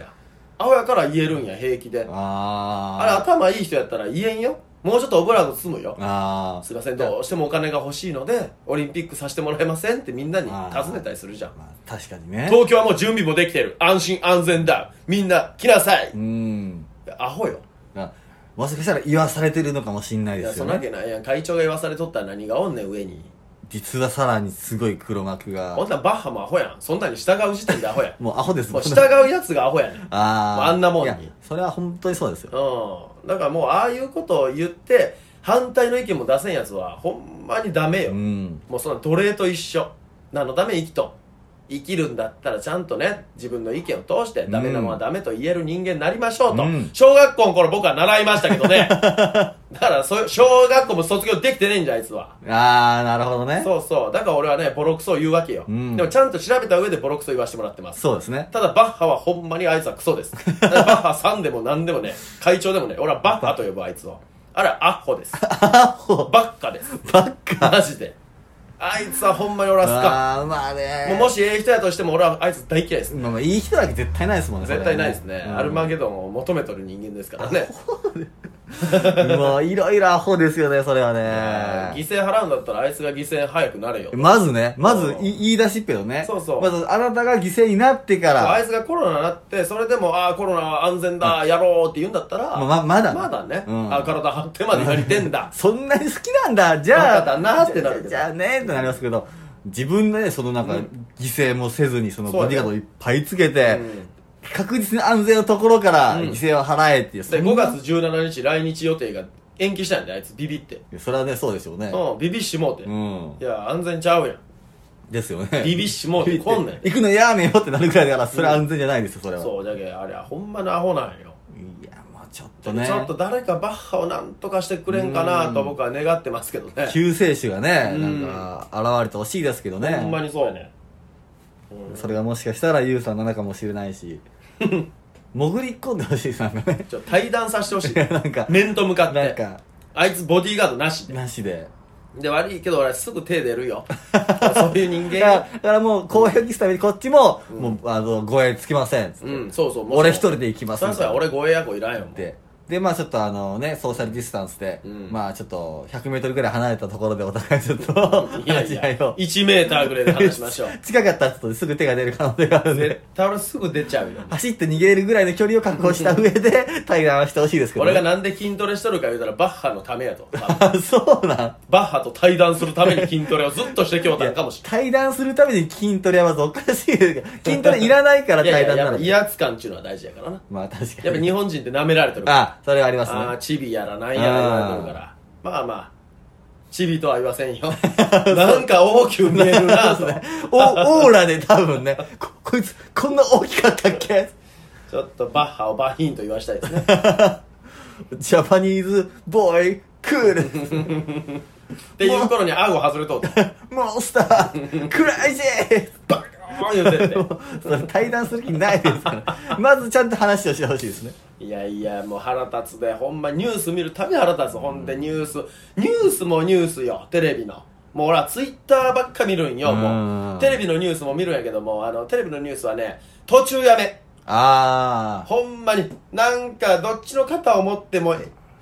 Speaker 3: アホやから言えるんや平気で
Speaker 4: あー
Speaker 3: あれ頭いい人やったら言えんよもうちょっとオブラート包むよ
Speaker 4: あ
Speaker 3: すいませんどうしてもお金が欲しいのでオリンピックさせてもらえませんってみんなに尋ねたりするじゃん
Speaker 4: ー、まあ、確かにね
Speaker 3: 東京はもう準備もできてる安心安全だみんな来なさい
Speaker 4: うん
Speaker 3: アホよ
Speaker 4: あもしかしたら言わされてるのかもしんない
Speaker 3: い
Speaker 4: で
Speaker 3: や
Speaker 4: す
Speaker 3: そ
Speaker 4: よ
Speaker 3: んなわ
Speaker 4: ね
Speaker 3: けないやん会長が言わされとったら何がおんねん上に
Speaker 4: 実はさらにすごい黒幕が
Speaker 3: ほんならバッハもアホやんそんなに従う時点でアホやん
Speaker 4: もうアホです
Speaker 3: もう
Speaker 4: そんな
Speaker 3: 従うやつがアホやねんうん
Speaker 4: ああ
Speaker 3: あんなもんに
Speaker 4: それは本当にそうですよ
Speaker 3: だからもうああいうことを言って反対の意見も出せんやつはほんまにダメよ、
Speaker 4: うん
Speaker 3: もうその奴隷と一緒何のために生きと生きるんだったらちゃんとね自分の意見を通してダメなものはダメと言える人間になりましょうと、
Speaker 4: うん
Speaker 3: 小学校の頃僕は習いましたけ どねだからそういう小学校も卒業できてねえんじゃんあいつは
Speaker 4: ああなるほどね
Speaker 3: そうそうだから俺はねボロクソを言うわけよ、
Speaker 4: うん
Speaker 3: でもちゃんと調べた上でボロクソ言わせてもらってます
Speaker 4: そうですね
Speaker 3: ただバッハはほんまにあいつはクソですだからバッハさんでも何でもね会長でもね俺はバッハと呼ぶあいつをあらアッホです
Speaker 4: アホ
Speaker 3: バッカです
Speaker 4: ばっか
Speaker 3: マジであいつはほんまに俺は好かん
Speaker 4: あーまあね
Speaker 3: もうもしええ人やとしても俺はあいつ大嫌いです
Speaker 4: まあまあいい人だけ絶対ないですもんね
Speaker 3: 絶対ないですね、アルマ
Speaker 4: ゲ
Speaker 3: ゲドンを求めとる人間ですからね、
Speaker 4: うわいろいろアホですよねそれは
Speaker 3: うん
Speaker 4: ね
Speaker 3: 犠牲払うんだったらあいつが犠牲早くなれよ
Speaker 4: まずねまず
Speaker 3: そう
Speaker 4: い言い出しっぺどね
Speaker 3: そうそう
Speaker 4: まずあなたが犠牲になってか
Speaker 3: あ
Speaker 4: ら
Speaker 3: いつがコロナになってそれでもああコロナは安全だ、やろうって言うんだったら
Speaker 4: まままだね
Speaker 3: まだね、
Speaker 4: うん
Speaker 3: ああ体張ってまでやりてんだ
Speaker 4: そんなに好きなんだじゃあ
Speaker 3: バカだなってなるけど
Speaker 4: じゃあじゃあねってなりますけど自分でねそのなんか犠牲もせずにその
Speaker 3: そう
Speaker 4: ボ
Speaker 3: だね
Speaker 4: ディーガードをいっぱいつけて、
Speaker 3: うん
Speaker 4: 確実に安全のところから
Speaker 3: うん
Speaker 4: 犠牲を払えっていう、そ
Speaker 3: で
Speaker 4: んな
Speaker 3: 5月17日来日予定が延期したんやであいつビビって、
Speaker 4: それはねそうでしょうね
Speaker 3: うんビビっしもうて、
Speaker 4: う
Speaker 3: い
Speaker 4: ん
Speaker 3: や安全ちゃ うやん
Speaker 4: ですよね
Speaker 3: ビビっしもうてこんねん
Speaker 4: 行くのやめよってなるくらいだからそれは安全じゃないですよそれは、
Speaker 3: そうじゃけあれはほんまのアホなんよ
Speaker 4: いやもうちょっとね
Speaker 3: ちょっと誰かバッハをなんとかしてくれんかなと僕は願ってますけどね
Speaker 4: 救世主がね、
Speaker 3: うん
Speaker 4: なんか現れてほしいですけどね
Speaker 3: ほんまにそうやね
Speaker 4: それがもしかしたらユウさんなのかもしれない し潜り込んでほしいなんかね
Speaker 3: ちょっと対談させてほしい
Speaker 4: なんか
Speaker 3: 面と向かっ
Speaker 4: なん
Speaker 3: て
Speaker 4: か
Speaker 3: あいつボディーガードなしで
Speaker 4: なしで
Speaker 3: で悪いけど俺すぐ手出 るよそういう人
Speaker 4: だから
Speaker 3: 間
Speaker 4: だからもう公平を期すためにこっちも、もうあの護衛つきませんっつって、
Speaker 3: うんそうそうもう
Speaker 4: 俺一人で行きます
Speaker 3: そりゃそうや俺護衛役いらんよもう
Speaker 4: ででまあちょっとあのねソーシャルディスタンスで、
Speaker 3: ん
Speaker 4: まあちょっと 100m ぐらい離れたところでお互いちょっと
Speaker 3: いやい
Speaker 4: 話し合
Speaker 3: や
Speaker 4: いを
Speaker 3: 1メーターぐらいで話しましょう
Speaker 4: 近かったらちょっとすぐ手が出る可能性があるん
Speaker 3: 絶
Speaker 4: で
Speaker 3: 対俺すぐ出ちゃうよ
Speaker 4: 走って逃げるぐらいの距離を確保した上で対談はしてほしいですけど、
Speaker 3: 俺がなんで筋トレしとるか言うたらバッハのためやと
Speaker 4: あ そうなん
Speaker 3: バッハと対談するために筋トレをずっとしてきょうたんかもしれない
Speaker 4: 対談するために筋トレはまずおかしいですけど筋トレいらないから
Speaker 3: いや
Speaker 4: 対
Speaker 3: いや
Speaker 4: 談
Speaker 3: や
Speaker 4: な
Speaker 3: っ
Speaker 4: の
Speaker 3: ぱ
Speaker 4: で
Speaker 3: 威圧感っていうのは大事やからな
Speaker 4: まあ確か
Speaker 3: やっぱ
Speaker 4: に
Speaker 3: 日本人って舐められてるから
Speaker 4: あそれはありますね
Speaker 3: ああチビやらなんやら言われてるからまあまあチビとは言わせ んよなんか大きく見える なと
Speaker 4: おオーラで多分ねここいつこんな大きかったっけ
Speaker 3: ちょっとバッハをバヒーンと言わしたいですね
Speaker 4: ジャパニーズボーイクール
Speaker 3: っていう頃に顎外れ とうと
Speaker 4: モンスタークライジー
Speaker 3: バーン言ってって
Speaker 4: それ対談する気ないですからまずちゃんと話をしてほしいですね
Speaker 3: いやいやもう腹立つでほんまニュース見るたび腹立つほんでニュースニュースもニュースよテレビのもう俺はツイッターばっか見るんよ
Speaker 4: う
Speaker 3: も
Speaker 4: ん
Speaker 3: うテレビのニュースも見るんやけどもあのテレビのニュースはね途中やめ
Speaker 4: あ
Speaker 3: ほんまになんかどっちの肩を持っても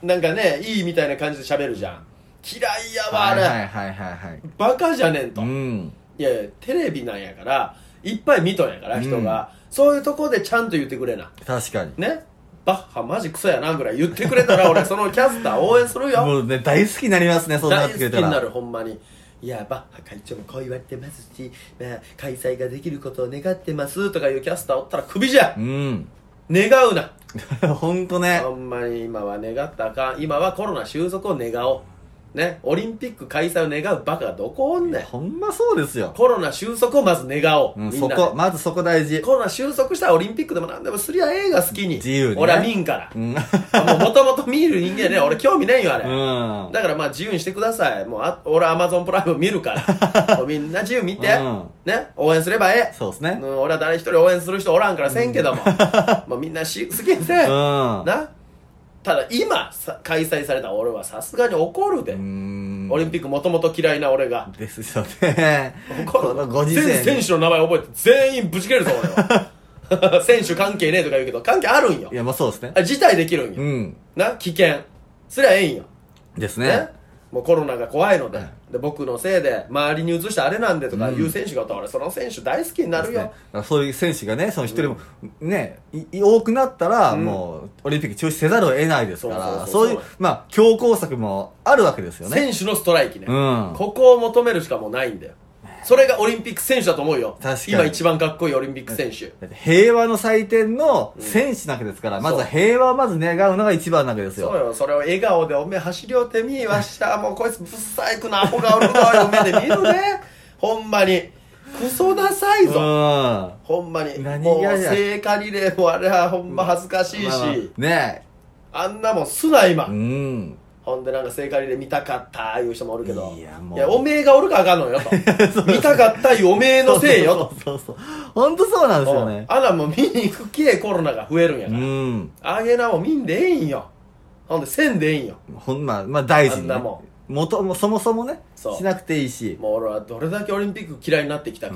Speaker 3: なんかねいいみたいな感じで喋るじゃん嫌いや
Speaker 4: あ
Speaker 3: わあれ、
Speaker 4: はいはいはいはい
Speaker 3: バカじゃねんと、
Speaker 4: うん
Speaker 3: いやいやテレビなんやからいっぱい見とんやから人が、そういうとこでちゃんと言ってくれな
Speaker 4: 確かに
Speaker 3: ねバッハマジクソやなぐらい言ってくれ たら俺そのキャスター応援するよ
Speaker 4: もうね大好きになりますねそうなっ
Speaker 3: 大
Speaker 4: てく
Speaker 3: 好き
Speaker 4: れ
Speaker 3: に
Speaker 4: たら
Speaker 3: なるほんまにいやバッハ会長もこう言われてますし、まあ、開催ができることを願ってますとかいうキャスターおったらクビじゃ
Speaker 4: うん
Speaker 3: 願うな
Speaker 4: ほんとね
Speaker 3: ほんまに今は願ったらあかん今はコロナ収束を願おうねオリンピック開催を願うバカがどこおんねん
Speaker 4: ほんまそうですよ、
Speaker 3: コロナ収束をまず願おう、
Speaker 4: うん、
Speaker 3: みんな
Speaker 4: そ
Speaker 3: で
Speaker 4: こまずそこ大事
Speaker 3: コロナ収束したらオリンピックでも何でもすりゃええが好きに
Speaker 4: 自由にね
Speaker 3: 俺は見んから
Speaker 4: う、ん
Speaker 3: もともと見る人間やね俺興味ねえよあれ、
Speaker 4: うん
Speaker 3: だからまあ自由にしてくださいもうあ俺アマゾンプライム見るか らもうみんな自由見て、
Speaker 4: うん
Speaker 3: ね応援すればええ
Speaker 4: そうですね
Speaker 3: うん俺は誰一人応援する人おらんからせんけど も、もうみんなし好きにせえ、
Speaker 4: うん
Speaker 3: なただ今さ開催されたら俺はさすがに怒るで、
Speaker 4: うん
Speaker 3: オリンピックもともと嫌いな俺が
Speaker 4: ですよね
Speaker 3: こ
Speaker 4: このご時世
Speaker 3: 全選手の名前覚えて全員ぶち切れるぞ俺 は選手関係ねえとか言うけど、関係あるんよ
Speaker 4: い。や、まあそうですね
Speaker 3: あ。辞退できるんよ。
Speaker 4: うん。
Speaker 3: な、危険。すりゃええんよ。
Speaker 4: です
Speaker 3: ね
Speaker 4: ね。。
Speaker 3: もうコロナが怖いので、で僕のせいで周りに移したあれなんでとかいう選手がおったら、俺その選手大好きになる
Speaker 4: ですねだ
Speaker 3: よ
Speaker 4: か。らそういう選手がね、その一人も、ね、い多くなったら、もう、オリンピック中止せざるを得ないですから、
Speaker 3: そうそうそうそ
Speaker 4: そ
Speaker 3: う
Speaker 4: ういう、まあ、強硬策もあるわけですよね。
Speaker 3: 選手のストライキね、
Speaker 4: うん
Speaker 3: ここを求めるしかもうないんだよ。それがオリンピック選手だと思うよ。
Speaker 4: 確かに
Speaker 3: 今一番かっこいいオリンピック選手。
Speaker 4: だって平和の祭典の選手なわけですから、まずは平和をまず願うのが一番なわけです
Speaker 3: そう
Speaker 4: よ。
Speaker 3: よ、それを笑顔でおめえ走りおてみいわ した。もうこいつぶっさいくなアホがおるぞ。お目で見るね。ほんまに。クソなさい
Speaker 4: うん。
Speaker 3: ぞ。
Speaker 4: ま
Speaker 3: ほんまに。
Speaker 4: 何
Speaker 3: もう
Speaker 4: がや
Speaker 3: 聖火リレーもあれはほんま恥ずかしいし。
Speaker 4: あね
Speaker 3: あんなもんすな今、
Speaker 4: え。うん。
Speaker 3: ほんでなんか聖火リレー見たかったいう人もおるけど
Speaker 4: いやもう
Speaker 3: おめえがおるかあかんのよと見たかったいうおめえのせいよと
Speaker 4: そうそうそうそう。本当そうなんですよ
Speaker 3: うん
Speaker 4: ね。
Speaker 3: あらもう見に行くけコロナが増えるんや
Speaker 4: う
Speaker 3: から、
Speaker 4: ん。
Speaker 3: あげなもん見んでええんよほんでせんでええんよ
Speaker 4: ほんま、まあ大事に、
Speaker 3: あ
Speaker 4: ね
Speaker 3: んなも。
Speaker 4: もとも、そもそもね、
Speaker 3: そう
Speaker 4: しなくていいし。
Speaker 3: もう俺はどれだけオリンピック嫌いになってきたか、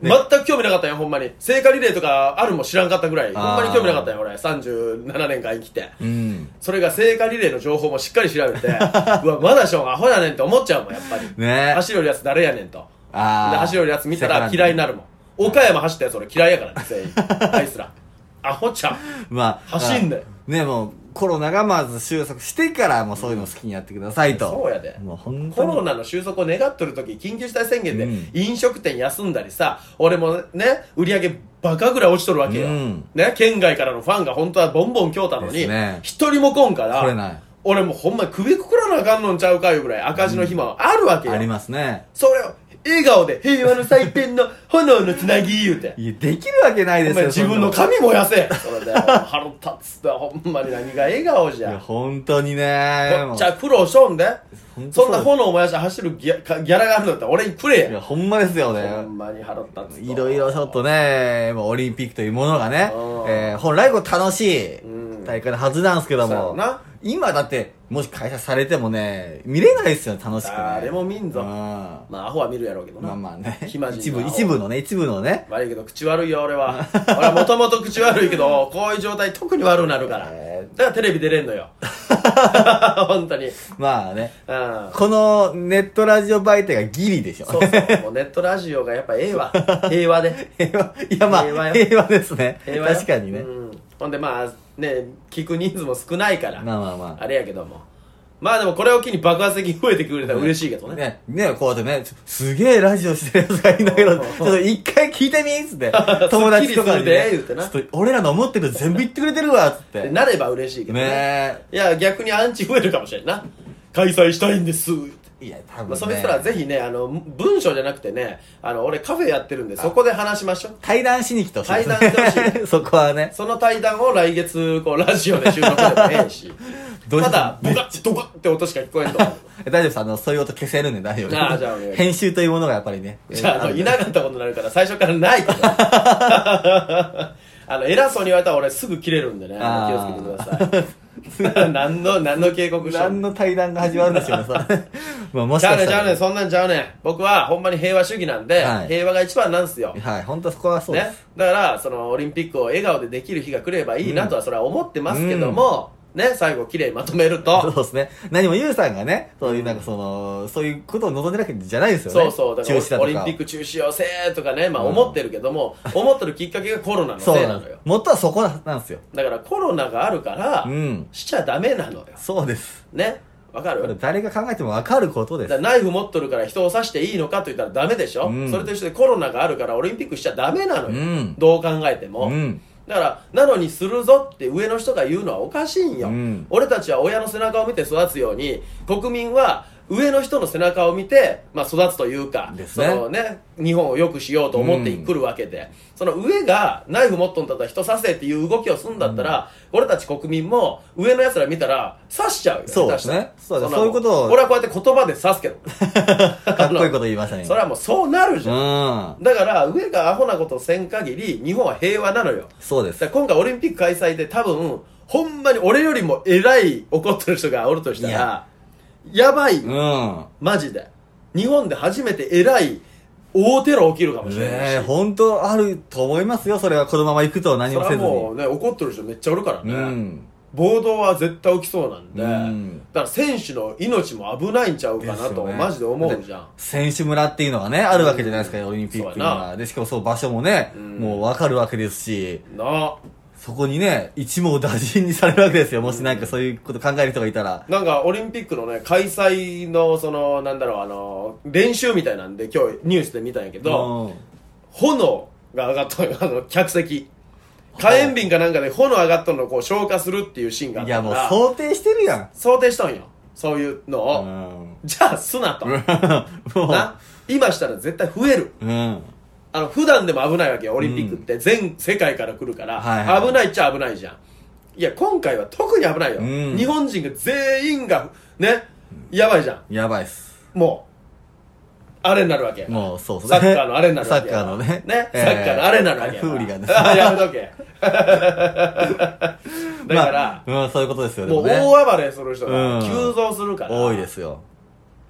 Speaker 4: ね
Speaker 3: 全く興味なかったんよほんまに聖火リレーとかあるも知らんかったぐらいほん
Speaker 4: あー
Speaker 3: まに興味なかったんよ俺37年間生きて
Speaker 4: うん。
Speaker 3: それが聖火リレーの情報もしっかり調べてうわまだしょんアホやねんって思っちゃうもんやっぱり
Speaker 4: ね
Speaker 3: 走るやつ誰やねんと
Speaker 4: あ
Speaker 3: で
Speaker 4: ー
Speaker 3: 走るやつ見たら嫌いになるもん岡山走ったやつ俺嫌いやからね 全員あいつらアホちゃん
Speaker 4: まあ、
Speaker 3: 走んだよ
Speaker 4: あねもう、コロナがまず収束してから、もうそういうの好きにやってくださいと。
Speaker 3: そうやで
Speaker 4: もう本当に。
Speaker 3: コロナの収束を願っとる時緊急事態宣言で
Speaker 4: うん
Speaker 3: 飲食店休んだりさ俺もね売り上げバカぐらい落ちとるわけよ、
Speaker 4: うん
Speaker 3: ね、県外からのファンが本当はボンボン強たの
Speaker 4: で
Speaker 3: に
Speaker 4: すね
Speaker 3: 一人も来んか
Speaker 4: 来れな
Speaker 3: ら
Speaker 4: い
Speaker 3: 俺もうほんま首くくらなあかんのんちゃうかいうぐらい赤字の暇はあるわけよ、
Speaker 4: ありますね。
Speaker 3: それを笑顔で平和の祭典の炎のつなぎ言うて
Speaker 4: いや、できるわけないで
Speaker 3: お
Speaker 4: すよ
Speaker 3: 前。自分の
Speaker 4: そんな
Speaker 3: 髪燃やせそれで腹立つってほんまに何が笑顔じ
Speaker 4: いや、
Speaker 3: ゃ
Speaker 4: 本当にね。
Speaker 3: こ
Speaker 4: も
Speaker 3: っ
Speaker 4: う
Speaker 3: ちゃ苦労しとんで
Speaker 4: ほんと
Speaker 3: そ
Speaker 4: そ
Speaker 3: ん
Speaker 4: う
Speaker 3: な炎燃やして走るギャかギャラがあるんだったら俺にくれ
Speaker 4: いや、
Speaker 3: や
Speaker 4: ほんまですよ
Speaker 3: ほ
Speaker 4: ね。
Speaker 3: んまに腹立つ
Speaker 4: いろいろちょっとね、もうオリンピックというものがね
Speaker 3: うん、
Speaker 4: えー本来こう楽しい
Speaker 3: うん
Speaker 4: 大会のはずなんですけど
Speaker 3: そうや
Speaker 4: も
Speaker 3: な、
Speaker 4: 今だって、もし開催されてもね、見れないですよね、楽しくね。
Speaker 3: 誰も見んぞ
Speaker 4: うん
Speaker 3: まあアホは見るやろうけどな
Speaker 4: まあまあね、
Speaker 3: 暇人
Speaker 4: 一部、
Speaker 3: は
Speaker 4: 一部のね、一部のね、
Speaker 3: 悪いけど口悪いよ俺は俺はもともと口悪い けどこういう状態特に悪くなるから
Speaker 4: え
Speaker 3: だからテレビ出れ んのよ本当にうん
Speaker 4: まあね、このネットラジオ媒体がギリでしょ。
Speaker 3: そうそうもうネットラジオがやっぱええわ平和で
Speaker 4: 平和、いやまあ、
Speaker 3: 平
Speaker 4: 平
Speaker 3: 和よ
Speaker 4: 和ですね。
Speaker 3: 平和よ
Speaker 4: 確かにね。
Speaker 3: うんほんでまあね聞く人数も少ないから
Speaker 4: まあまあま
Speaker 3: あれやけどもまあでもこれを機に爆発的に増えてくれたら嬉しいけど
Speaker 4: あ。
Speaker 3: ね
Speaker 4: ね、ね、こうやってね、ちょすげえラジオしてるやつがいるんだけど、
Speaker 3: うん
Speaker 4: ちょっと一回聞いてみっつって、 友達とかに、
Speaker 3: すっきりするで
Speaker 4: ね
Speaker 3: 言うて、な
Speaker 4: ちょっと俺らの思ってる全部言ってくれてるわ、つっ
Speaker 3: で
Speaker 4: て。ね
Speaker 3: なれば嬉しいけどね
Speaker 4: え。
Speaker 3: いや逆にアンチ増えるかもしれんな開催したいんです
Speaker 4: いや、多分、ね。
Speaker 3: まあ、それすらぜひねあの文章じゃなくてねあの俺カフェやってるんでそこで話しましょう
Speaker 4: 対談しに来てほしいですね。
Speaker 3: 対談して ほ
Speaker 4: そこはね。
Speaker 3: その対談を来月こうラジオで収録でもええし
Speaker 4: どうしたた
Speaker 3: だブカッドカッって音しか聞こえんと思う
Speaker 4: 大丈夫です。あの、そういう音消せるんで大丈夫です。
Speaker 3: あーじゃあお願いします
Speaker 4: 編集というものがやっぱりね。
Speaker 3: じゃああ
Speaker 4: え
Speaker 3: の
Speaker 4: ー
Speaker 3: いなかったことになるから最初からないけど あの偉そうに言われたら俺すぐ切れるんでねあの気をつけてください 何の何の警告しとん
Speaker 4: 何の対談が始まるんでしょうね、 それまあ、もし
Speaker 3: ちゃ
Speaker 4: か
Speaker 3: うね
Speaker 4: し
Speaker 3: んち
Speaker 4: た
Speaker 3: ゃう
Speaker 4: ら
Speaker 3: ねん。そんなんちゃうねん僕はほんまに平和主義なんで、
Speaker 4: はい
Speaker 3: 平和が一番なんすよ、
Speaker 4: はい、本当そこはそうで
Speaker 3: ね
Speaker 4: す。、
Speaker 3: だからそのオリンピックを笑顔でできる日が来ればいいなとはそれは思ってますけども、ね最後綺麗にまとめる
Speaker 4: そう
Speaker 3: と
Speaker 4: ですね。何もユウさんがね、そういうなんかその、そういうことを望んでるわけじゃないですよね。
Speaker 3: そうそうだか
Speaker 4: 中止だと
Speaker 3: ら
Speaker 4: か。
Speaker 3: オリンピック中止要請とかねまあ思ってるけども、思ってるきっかけがコロナのせ
Speaker 4: そう
Speaker 3: い
Speaker 4: な
Speaker 3: な
Speaker 4: の
Speaker 3: のよ
Speaker 4: よ。元はそこなんですよ。
Speaker 3: だからコロナがあるから、
Speaker 4: うん
Speaker 3: しちゃダメなのよ
Speaker 4: そうです。
Speaker 3: ねわかる
Speaker 4: これ誰が考えてもわかることで
Speaker 3: だから
Speaker 4: す。
Speaker 3: ナイフ持っとるから人を刺していいのかと言ったらダメでしょ、
Speaker 4: うん
Speaker 3: それと一緒でコロナがあるからオリンピックしちゃダメなのよ、
Speaker 4: うん
Speaker 3: どう考えても、
Speaker 4: うん
Speaker 3: だからなのにするぞって上の人が言うのはおかしいんよ、
Speaker 4: うん
Speaker 3: 俺たちは親の背中を見て育つように国民は上の人の背中を見て、まあ、育つというか、
Speaker 4: です
Speaker 3: そ
Speaker 4: ね
Speaker 3: のね、日本を良くしようと思ってくるわけで、その上がナイフ持っとんだったら人刺せっていう動きをするんだったら、俺たち国民も上の奴ら見たら刺しちゃうよ
Speaker 4: そう
Speaker 3: 下手したら
Speaker 4: そうだ
Speaker 3: んなも
Speaker 4: そ
Speaker 3: ん
Speaker 4: ういうことを
Speaker 3: 俺はこうやって言葉で刺すけど
Speaker 4: かっこいいこと言いましたね。
Speaker 3: それはもうそうなるじゃん、
Speaker 4: うん。
Speaker 3: だから上がアホなことをせん限り日本は平和なのよ
Speaker 4: そうです
Speaker 3: だ。から今回オリンピック開催で多分ほんまに俺よりも偉い怒ってる人がおるとした
Speaker 4: い
Speaker 3: ら
Speaker 4: や
Speaker 3: やばい、
Speaker 4: うん。
Speaker 3: マジで日本で初めて偉い大テロ起きるかもしれないし、
Speaker 4: ねえ、本当あると思いますよ、それは。このまま行くと何
Speaker 3: そ
Speaker 4: も
Speaker 3: れ
Speaker 4: せ
Speaker 3: は
Speaker 4: ずに
Speaker 3: も。うね怒ってる人めっちゃおるからね、
Speaker 4: うん。
Speaker 3: 暴動は絶対起きそうなんで、
Speaker 4: うん
Speaker 3: だから選手の命も危ないんちゃうかな
Speaker 4: です
Speaker 3: と、
Speaker 4: よね
Speaker 3: マジで思うじゃん
Speaker 4: 選手村っていうのがね、あるわけじゃないですか、オリンピックに
Speaker 3: そうや
Speaker 4: は。で、しかもそう場所もね、もうわかるわけですし、
Speaker 3: な
Speaker 4: そこにね、一網打尽にされるわけですよ。もしなんかそういうこと考える人がいたら。
Speaker 3: なんかオリンピックのね開催のそのなんだろうあの練習みたいなんで今日ニュースで見たんやけど、
Speaker 4: うん
Speaker 3: 炎が上がっとるあの客席火炎瓶かなんかで炎上がっとるのをこう消化するっていうシーンがあっ
Speaker 4: い
Speaker 3: た
Speaker 4: や、
Speaker 3: か
Speaker 4: もう
Speaker 3: ら
Speaker 4: 想定してるやん。
Speaker 3: 想定したんよそういうのを、
Speaker 4: うん。
Speaker 3: じゃあすなと
Speaker 4: も
Speaker 3: な今したら絶対増える
Speaker 4: う、うん。
Speaker 3: あの普段でも危ないわけよオリンピックって全世界から来るから、
Speaker 4: はいはい
Speaker 3: 危ないっちゃ危ないじゃんいや今回は特に危ないよ、
Speaker 4: うん
Speaker 3: 日本人が全員がねやばいじゃん
Speaker 4: やばいっす。
Speaker 3: もうあれになるわけ
Speaker 4: もう、そうそう。
Speaker 3: サッカーのあれになる
Speaker 4: サ
Speaker 3: わけ
Speaker 4: ッカーのね。
Speaker 3: ね、
Speaker 4: えー
Speaker 3: サッカーのあれになるわけや
Speaker 4: フーリ ガンです。
Speaker 3: あやめと けだから、
Speaker 4: まあ、うん、そういうことですよね。
Speaker 3: もう
Speaker 4: でもね
Speaker 3: 大暴れする人が
Speaker 4: うん
Speaker 3: 急増するから、
Speaker 4: 多いですよ。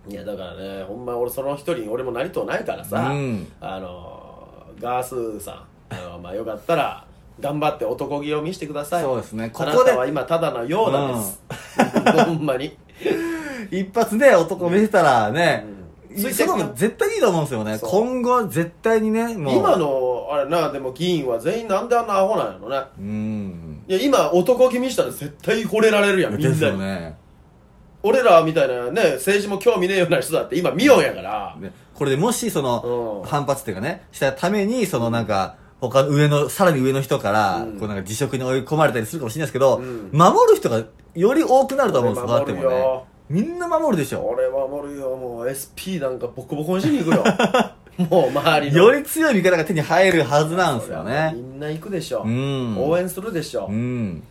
Speaker 3: いやだからねほんま俺その一人に俺もなりとうないからさ、
Speaker 4: うん
Speaker 3: あのガースーさんあのまあよかったら頑張って男気を見せてください
Speaker 4: そうですねここで
Speaker 3: あなたは今ただのようなんです、 ほんまに
Speaker 4: 一発で男見せたらね、
Speaker 3: うん
Speaker 4: それも絶対いいと思うんですよね。
Speaker 3: そう
Speaker 4: 今後絶対にね、もう。
Speaker 3: 今。のあれなでも議員は全員なんであんなアホなんやろね
Speaker 4: うん。
Speaker 3: いや今男気見したら絶対惚れられるやんみん
Speaker 4: で
Speaker 3: なに
Speaker 4: すよね。
Speaker 3: 俺らみたいなね政治も興味ねえような人だって今見ようやから、
Speaker 4: ねこれでもしその
Speaker 3: うん
Speaker 4: 反発っていうかねしたためにそのなんか他の上のさらに上の人から
Speaker 3: うん
Speaker 4: こうなんか辞職に追い込まれたりするかもしれないですけど、
Speaker 3: ん
Speaker 4: 守る人がより多くなると思うんです
Speaker 3: これ
Speaker 4: そうやって
Speaker 3: 守る
Speaker 4: もね
Speaker 3: よ
Speaker 4: みんな守るでしょ
Speaker 3: 俺はもうよもう SP なんかボコボコにしに行く よもう周りの
Speaker 4: より強い味方が手に入るはずなんですよ
Speaker 3: み
Speaker 4: ね
Speaker 3: んな行くでしょ、
Speaker 4: うん
Speaker 3: 応援するでしょ、
Speaker 4: う
Speaker 3: い
Speaker 4: ん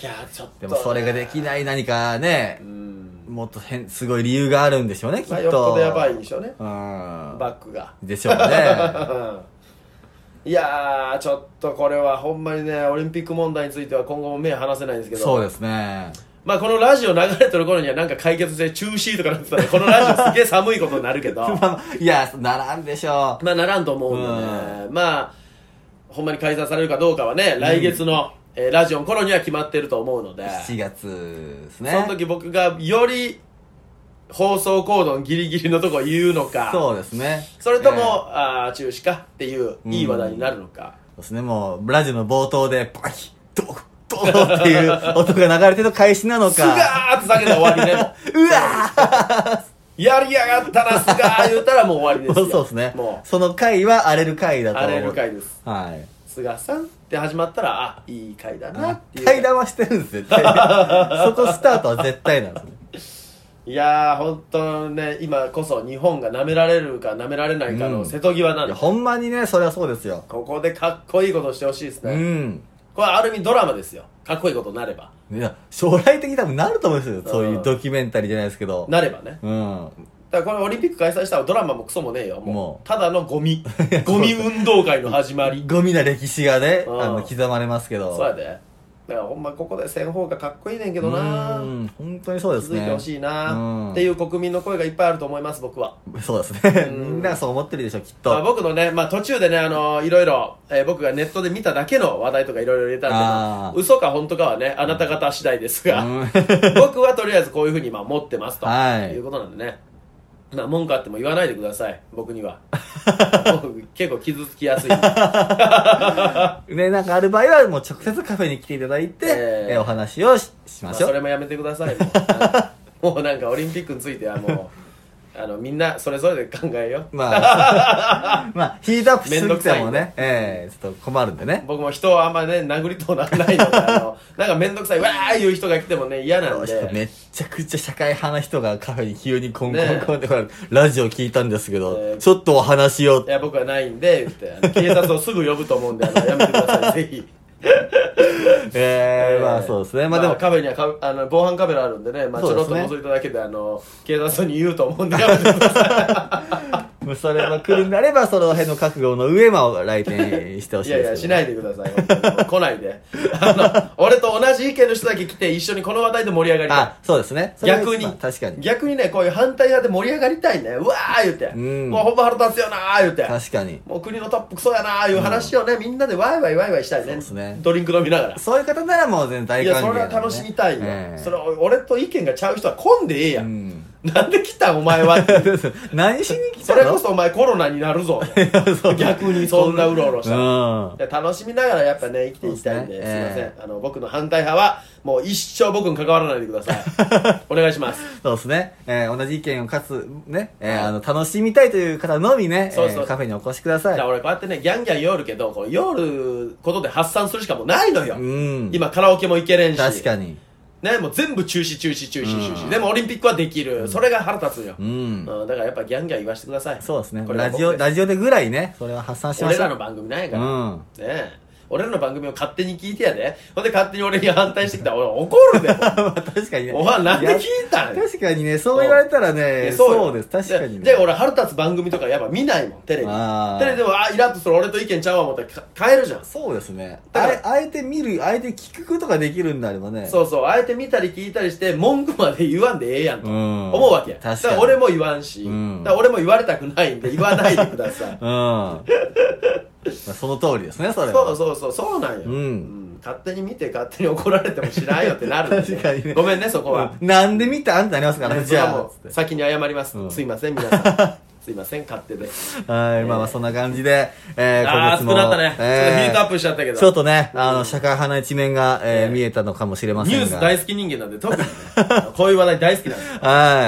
Speaker 3: やーちょっと
Speaker 4: でもそれができ
Speaker 3: い
Speaker 4: ない何かね
Speaker 3: うん
Speaker 4: もっと変すごい理由があるんでしょうねきっ
Speaker 3: まあ
Speaker 4: と
Speaker 3: よっぽどやばいんでしょうね
Speaker 4: う
Speaker 3: バックが
Speaker 4: んでしょうね
Speaker 3: うんいやーちょっとこれはほんまにねオリンピック問題については今後も目離せないん ですけど
Speaker 4: そうですね
Speaker 3: まあこのラジオ流れてる頃にはなんか解決して中止とかなってたらこのラジオすげえ寒いことになるけ ど
Speaker 4: まあまあいやならんでしょう
Speaker 3: まあならんと思うんでね、まあほんまに解散されるかどうかはね来月の、えーラジオの頃には決まってると思うので
Speaker 4: 7月ですね
Speaker 3: その時僕がより放送コードのギリギリのとこ言うのか
Speaker 4: そうですね。
Speaker 3: それとも、
Speaker 4: ええ
Speaker 3: あー中止かっていういい話題になるのか、
Speaker 4: そうですね、もう、ラジオの冒頭で、パキッ、ドー、ドーっていう音が流れてる開始なの
Speaker 3: すが
Speaker 4: か。
Speaker 3: ーって叫んで終わりね うわーやりやがったなすがー言ったらもう終わりです
Speaker 4: そ
Speaker 3: よ
Speaker 4: うそうですね。
Speaker 3: も
Speaker 4: その回は荒れる回だ
Speaker 3: う
Speaker 4: と。
Speaker 3: 荒れる。回です
Speaker 4: はい。
Speaker 3: すがさんって始まったらあいい回だなっていう
Speaker 4: 対談はしてるんです よ。絶対そこスタートは絶対なんですね。
Speaker 3: いやー本当ね今こそ日本が舐められるか舐められないか
Speaker 4: う
Speaker 3: の
Speaker 4: ん
Speaker 3: 瀬戸際ないんで、
Speaker 4: や、ほんまにね、それはそうですよ。
Speaker 3: ここでかっこいいことしてほしいです
Speaker 4: う
Speaker 3: ね、
Speaker 4: ん。
Speaker 3: これある意味ドラマですよかっこいいことになれば
Speaker 4: いや、将来的に多分なると思うんですよ。そういうドキュメンタリーじゃないですけど。
Speaker 3: なればね
Speaker 4: うん。
Speaker 3: だからこれオリンピック開催したらドラマもクソもねえよもう
Speaker 4: もう
Speaker 3: ただの ゴミゴミ運動会の始まり
Speaker 4: ゴミな歴史がね、
Speaker 3: うん
Speaker 4: あの、刻まれますけど。
Speaker 3: そうやでだからほんまここでせん方がかっこいいねんけどな
Speaker 4: うん。本当にそうで
Speaker 3: 気
Speaker 4: す
Speaker 3: づ
Speaker 4: ね。
Speaker 3: いてほしいな、
Speaker 4: うん
Speaker 3: っていう国民の声がいっぱいあると思います僕は
Speaker 4: そうですね。
Speaker 3: う
Speaker 4: み
Speaker 3: ん
Speaker 4: んながそう思ってるでしょ、きっ
Speaker 3: まあ、
Speaker 4: と。
Speaker 3: 僕のね、まあ、途中でね、あのいろいろ、えー僕がネットで見ただけの話題とかいろいろ入れたんでま
Speaker 4: あー
Speaker 3: あ、嘘か本当かはね、あなた方次第ですが、
Speaker 4: うん
Speaker 3: 僕はとりあえずこういうふうに今持ってますと、
Speaker 4: はい
Speaker 3: いうことなんでね。まあ、文句あっても言わないでください、僕には。僕結構傷つきやすい。
Speaker 4: ね、なん かある場合は、もう直接カフェに来ていただいて、
Speaker 3: えー
Speaker 4: えお話をししましょ。
Speaker 3: まあそうれもやめてくださいもう もうなんかオリンピックについてはもうあのみんなそれぞれで考えよう
Speaker 4: まあ、 まあ、ヒートアップしす
Speaker 3: めんど
Speaker 4: ぎ
Speaker 3: くさ
Speaker 4: て
Speaker 3: い
Speaker 4: もね、えー、ちょっと困るんでね。
Speaker 3: 僕も人をあんまね殴りとうならないのであのなんか面倒くさいわーいう人が来てもね嫌 なん
Speaker 4: ちょっと
Speaker 3: で
Speaker 4: めっちゃくちゃ社会派な人がカフェに急にコンコン
Speaker 3: ね
Speaker 4: コンって、ラジオ聞いたんですけど、
Speaker 3: えー
Speaker 4: ちょっとお話を
Speaker 3: い、や僕はないんで言ってあの警察をすぐ呼ぶと思うんであ のやめてくださいぜひ
Speaker 4: えー、まあそうですね。まあでも、
Speaker 3: カメラにはかあの防犯カメラあるんでね、まあ、
Speaker 4: そ
Speaker 3: ちょ
Speaker 4: うで
Speaker 3: ろっ
Speaker 4: す
Speaker 3: と
Speaker 4: ね
Speaker 3: 覗いただけであの警察に言うと思うんでやめてください
Speaker 4: まもうそれは来るんであれば、その辺の覚悟の上、まあ、来店してほし
Speaker 3: い
Speaker 4: い
Speaker 3: やいや、
Speaker 4: です
Speaker 3: し
Speaker 4: けど。
Speaker 3: ないでください。本当に来ないで。あの、俺と同じ意見の人だけ来て、一緒にこの話題で盛り上がりたい
Speaker 4: あ、。そうですね。それは
Speaker 3: 逆に、
Speaker 4: まあ確かに。
Speaker 3: 逆にね、こういう反対派で盛り上がりたいね。うわー言うて。
Speaker 4: ん
Speaker 3: もうほんま腹立つよなー言うて。
Speaker 4: 確かに。
Speaker 3: もう国のトップクソやなーいう話をね、みんなでワイワイワイワイしたいね。
Speaker 4: すね
Speaker 3: ドリンク飲みながら。
Speaker 4: そういう方ならもう全然大
Speaker 3: いや、
Speaker 4: 歓迎な
Speaker 3: そ
Speaker 4: ん
Speaker 3: れ
Speaker 4: でね、
Speaker 3: は楽しみたいよ。
Speaker 4: ええ
Speaker 3: それ、俺と意見がちゃう人は混んでええや。
Speaker 4: うんん。
Speaker 3: なんで来たんお前は。
Speaker 4: 何しに来
Speaker 3: そ
Speaker 4: た
Speaker 3: れ
Speaker 4: の
Speaker 3: こそお前コロナになるぞ。
Speaker 4: そう
Speaker 3: 逆にそんなうろうろしたら。
Speaker 4: うん。
Speaker 3: で楽しみながらやっぱね生きていきたいんで
Speaker 4: そう
Speaker 3: す
Speaker 4: ですね
Speaker 3: いません、
Speaker 4: え
Speaker 3: あの僕の反対派はもう一生僕に関わらないでくださ いお願いします
Speaker 4: そうですね。えー同じ意見をかつ、ね、えーあの、楽しみたいという方のみね、
Speaker 3: そうそう
Speaker 4: えーカフェにお越しくだ
Speaker 3: だ
Speaker 4: さ
Speaker 3: から
Speaker 4: い。
Speaker 3: 俺こうやってねギャンギャン夜けどこう夜ことで発散するしかもうないのよ、
Speaker 4: うん。、
Speaker 3: 今カラオケも行けれんし
Speaker 4: 確かに。
Speaker 3: ねもう全部中止中止中止中止、
Speaker 4: うん
Speaker 3: でもオリンピックはできる、それが腹立つよ、
Speaker 4: うん。
Speaker 3: うんだからやっぱギャンギャン言わせてください
Speaker 4: そうですね。
Speaker 3: これは
Speaker 4: ラ
Speaker 3: 僕
Speaker 4: ジオ、ラジオでぐらいね、それは発散しま
Speaker 3: 俺
Speaker 4: しょ
Speaker 3: ら
Speaker 4: う。
Speaker 3: の番組なんやか
Speaker 4: う
Speaker 3: ら、ね
Speaker 4: ん。
Speaker 3: え俺らの番組を勝手に聞いてやでほんで勝手に俺に反対してきたら俺怒るで
Speaker 4: まあ確かにね。
Speaker 3: お前なんで聞いたん
Speaker 4: いや確かにね、そう言われたらね、
Speaker 3: え
Speaker 4: そう
Speaker 3: よ
Speaker 4: です。確かにね。
Speaker 3: でで俺腹立つ番組とかやっぱ見ないもんテレビ
Speaker 4: あー
Speaker 3: テレビでもあーイラッとする俺と意見ちゃうわ思ったらか変えるじゃん
Speaker 4: そうですね。
Speaker 3: だ
Speaker 4: あ
Speaker 3: から
Speaker 4: れ、あえて見る、あえて聞くことができるんであればね。
Speaker 3: そうそうあえて見たり聞いたりして文句まで言わんでええやんと
Speaker 4: うん
Speaker 3: 思うわけや、
Speaker 4: 確かに
Speaker 3: だから俺も言わんし、
Speaker 4: うん
Speaker 3: だから俺も言われたくないんで言わないでく ださい
Speaker 4: うん。まあその通りですね、それは。
Speaker 3: そうそうそうそうなんよ、
Speaker 4: うん
Speaker 3: ん勝手に見て勝手に怒られてもしないよってなるんで
Speaker 4: 確かにね
Speaker 3: ごめんねそこは、
Speaker 4: うんなんで見たあんたになりますからね、
Speaker 3: じ
Speaker 4: じゃ
Speaker 3: ゃも
Speaker 4: あ。
Speaker 3: う先に謝ります、
Speaker 4: うん
Speaker 3: すいません皆さんすいません勝手で
Speaker 4: はい、まあまあそんな感じで、えー、
Speaker 3: あー
Speaker 4: 今
Speaker 3: 熱
Speaker 4: 月
Speaker 3: く
Speaker 4: も。
Speaker 3: なったね、ちょっとヒートアッ
Speaker 4: プ
Speaker 3: プしちゃったけど
Speaker 4: ちょっとね、あの、社会派な一面が、えー、
Speaker 3: え
Speaker 4: 見えたのかもしれません
Speaker 3: ニ
Speaker 4: が。
Speaker 3: ュース大好き人間なん で特にねあのこういう話題大好きなんです、
Speaker 4: は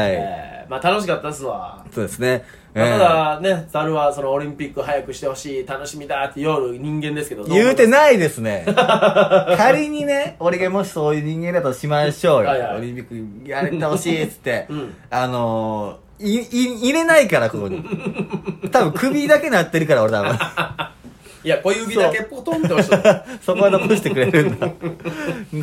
Speaker 3: えー、まあ楽しかったっすわ
Speaker 4: い。そうですね。え
Speaker 3: まあ
Speaker 4: ー
Speaker 3: ただね、ザルはそのオリンピック早くしてほしい、楽しみだって夜人間ですけど、ど
Speaker 4: 言うて
Speaker 3: ね。
Speaker 4: ないです ね。仮にね、俺がもしそういう人間だとしましょうよ。
Speaker 3: はいはい
Speaker 4: オリンピックやれてほしいっつっ て、
Speaker 3: ん
Speaker 4: あのー、い、い、入れないから、ここに。多分首だけなってるから、俺多 分。
Speaker 3: いや、小指だけポトンって押しとる
Speaker 4: そこは残してくれるんだ。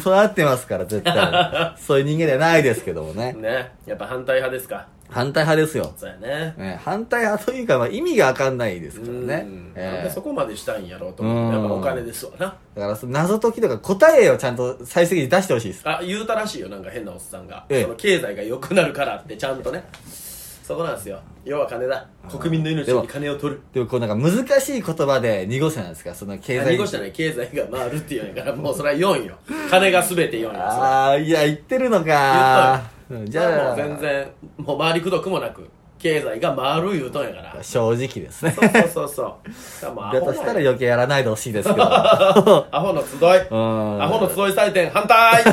Speaker 4: そうなってますから、絶対。 そういう人間ではないですけどもね。
Speaker 3: ね、やっぱ反対派ですか。
Speaker 4: 反対派ですよ。
Speaker 3: そうやね。
Speaker 4: ね、反対派というか、まあ、意味がわかんないですか
Speaker 3: う
Speaker 4: ら
Speaker 3: ん
Speaker 4: ね。
Speaker 3: なん
Speaker 4: え
Speaker 3: で
Speaker 4: え
Speaker 3: そこまでしたいんやろうと思って、や
Speaker 4: う
Speaker 3: っ
Speaker 4: ん
Speaker 3: ぱお金ですわな。
Speaker 4: だからその謎解きとか答えをちゃんと最終的に出してほしいです。
Speaker 3: あ、言うたらしいよ、なんか変なおっさんが。
Speaker 4: ええ
Speaker 3: その経済が良くなるからって、ちゃんとね。そこなんですよ。要は金だ。国民の命
Speaker 4: でも
Speaker 3: に金を取る。
Speaker 4: でもこうなんか難しい言葉で濁せないですかその経済
Speaker 3: 何ごしたね、経済が回るっていうんやから、もうそれは4よ。金が全て4よ。それは
Speaker 4: ああいや言ってるのかうん
Speaker 3: じ
Speaker 4: じ
Speaker 3: ゃ
Speaker 4: ゃ
Speaker 3: あも
Speaker 4: あ
Speaker 3: う全然もう周りくどくもなく経済が回る言うとんやから
Speaker 4: 正直ですね
Speaker 3: そうそうそうそうだ
Speaker 4: だとしたら余計やらないでほしいですけどは
Speaker 3: よアホの集いア
Speaker 4: ん
Speaker 3: ホの集い採点反 対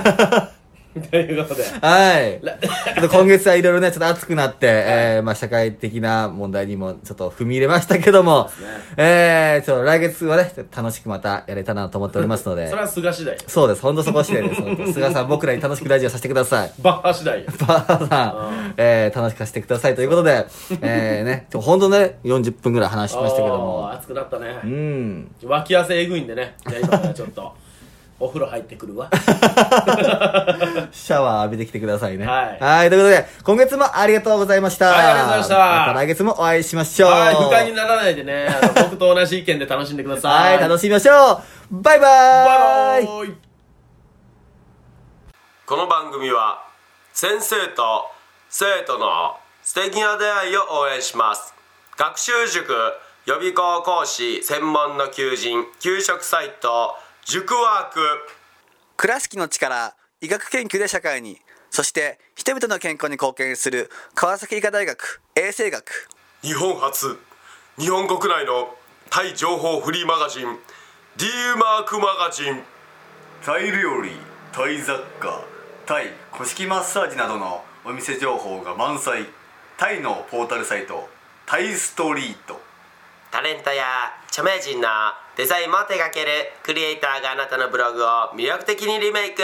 Speaker 3: ということで
Speaker 4: いちょっと今月はいろいろねちょっと暑くな って、えーまあ、社会的な問題にもちょっと踏み入れましたけども、えー、ちょっと来月はねちょっと楽しくまたやれたらなと思っておりますので
Speaker 3: それは菅次第よ
Speaker 4: そうですほんとそこ次第です本当菅さん僕らに楽しくラジオさせてください
Speaker 3: バッハ次第よ
Speaker 4: バーさん、えー、楽しくさせてくださいということ で、えーね、ちょほんとね、40分ぐらい話しましたけど
Speaker 3: おー
Speaker 4: も、
Speaker 3: 熱くなった
Speaker 4: う
Speaker 3: ね
Speaker 4: ん。
Speaker 3: 脇汗えぐいんでねじゃあ今からちょっ とお風呂入ってくるわ
Speaker 4: シャワー浴びてきてくださいね。
Speaker 3: はい
Speaker 4: ということで、今月もありがとうございました。
Speaker 3: はいありがとうございました
Speaker 4: また来月もお会いしましょう。
Speaker 3: はい不快にならないでねあの僕と同じ意見で楽しんでくださ
Speaker 4: はいい、楽しみましょう。バイバ
Speaker 3: バ
Speaker 4: ーイ
Speaker 3: イバーイ
Speaker 1: この番組は先生と生徒の素敵な出会いを応援します学習塾予備校講師専門の求人給食サイト塾ワーク
Speaker 5: 倉敷の力医学研究で社会にそして人々の健康に貢献する川崎医科大学衛生学
Speaker 1: 日本初日本国内のタイ情報フリーマガジン D マークマガジン
Speaker 2: タイ料理タイ雑貨タイ古式マッサージなどのお店情報が満載タイのポータルサイトタイストリート
Speaker 1: タレントや著名人のデザインも手掛けるクリエイターがあなたのブログを魅力的にリメイク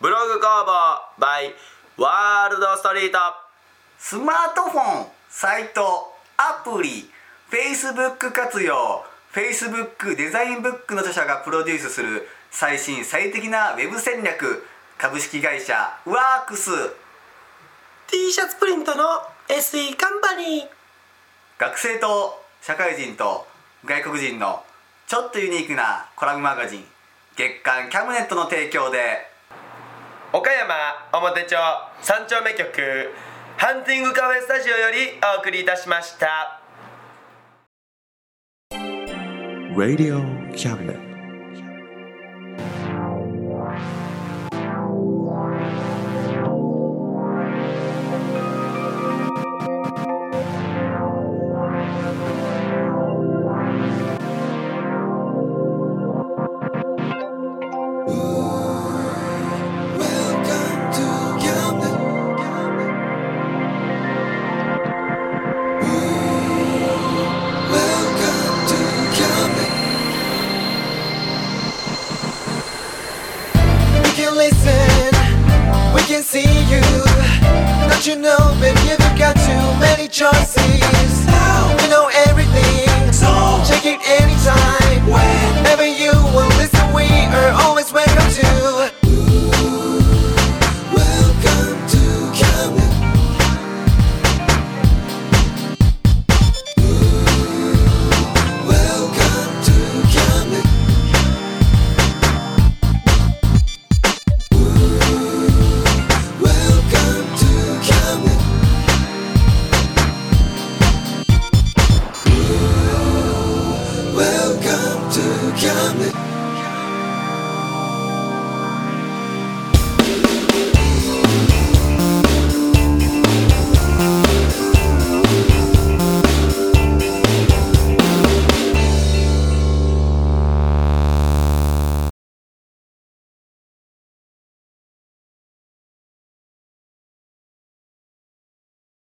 Speaker 1: ブログ工房 by ワールドストリート
Speaker 2: スマートフォンサイトアプリ Facebook 活用 Facebook デザインブックの著者がプロデュースする最新最適なウェブ戦略株式会社ワークス
Speaker 1: T シャツプリントの SE カンパニー
Speaker 4: 学生と社会人と外国人のちょっとユニークなコラムマガジン月刊キャムネットの提供で
Speaker 6: 岡山表町三丁目局ハンティングカフェスタジオよりお送りいたしました
Speaker 7: Radio Cabinet.
Speaker 8: We can listen, we can see you. Don't you know, baby, you've got too many choices.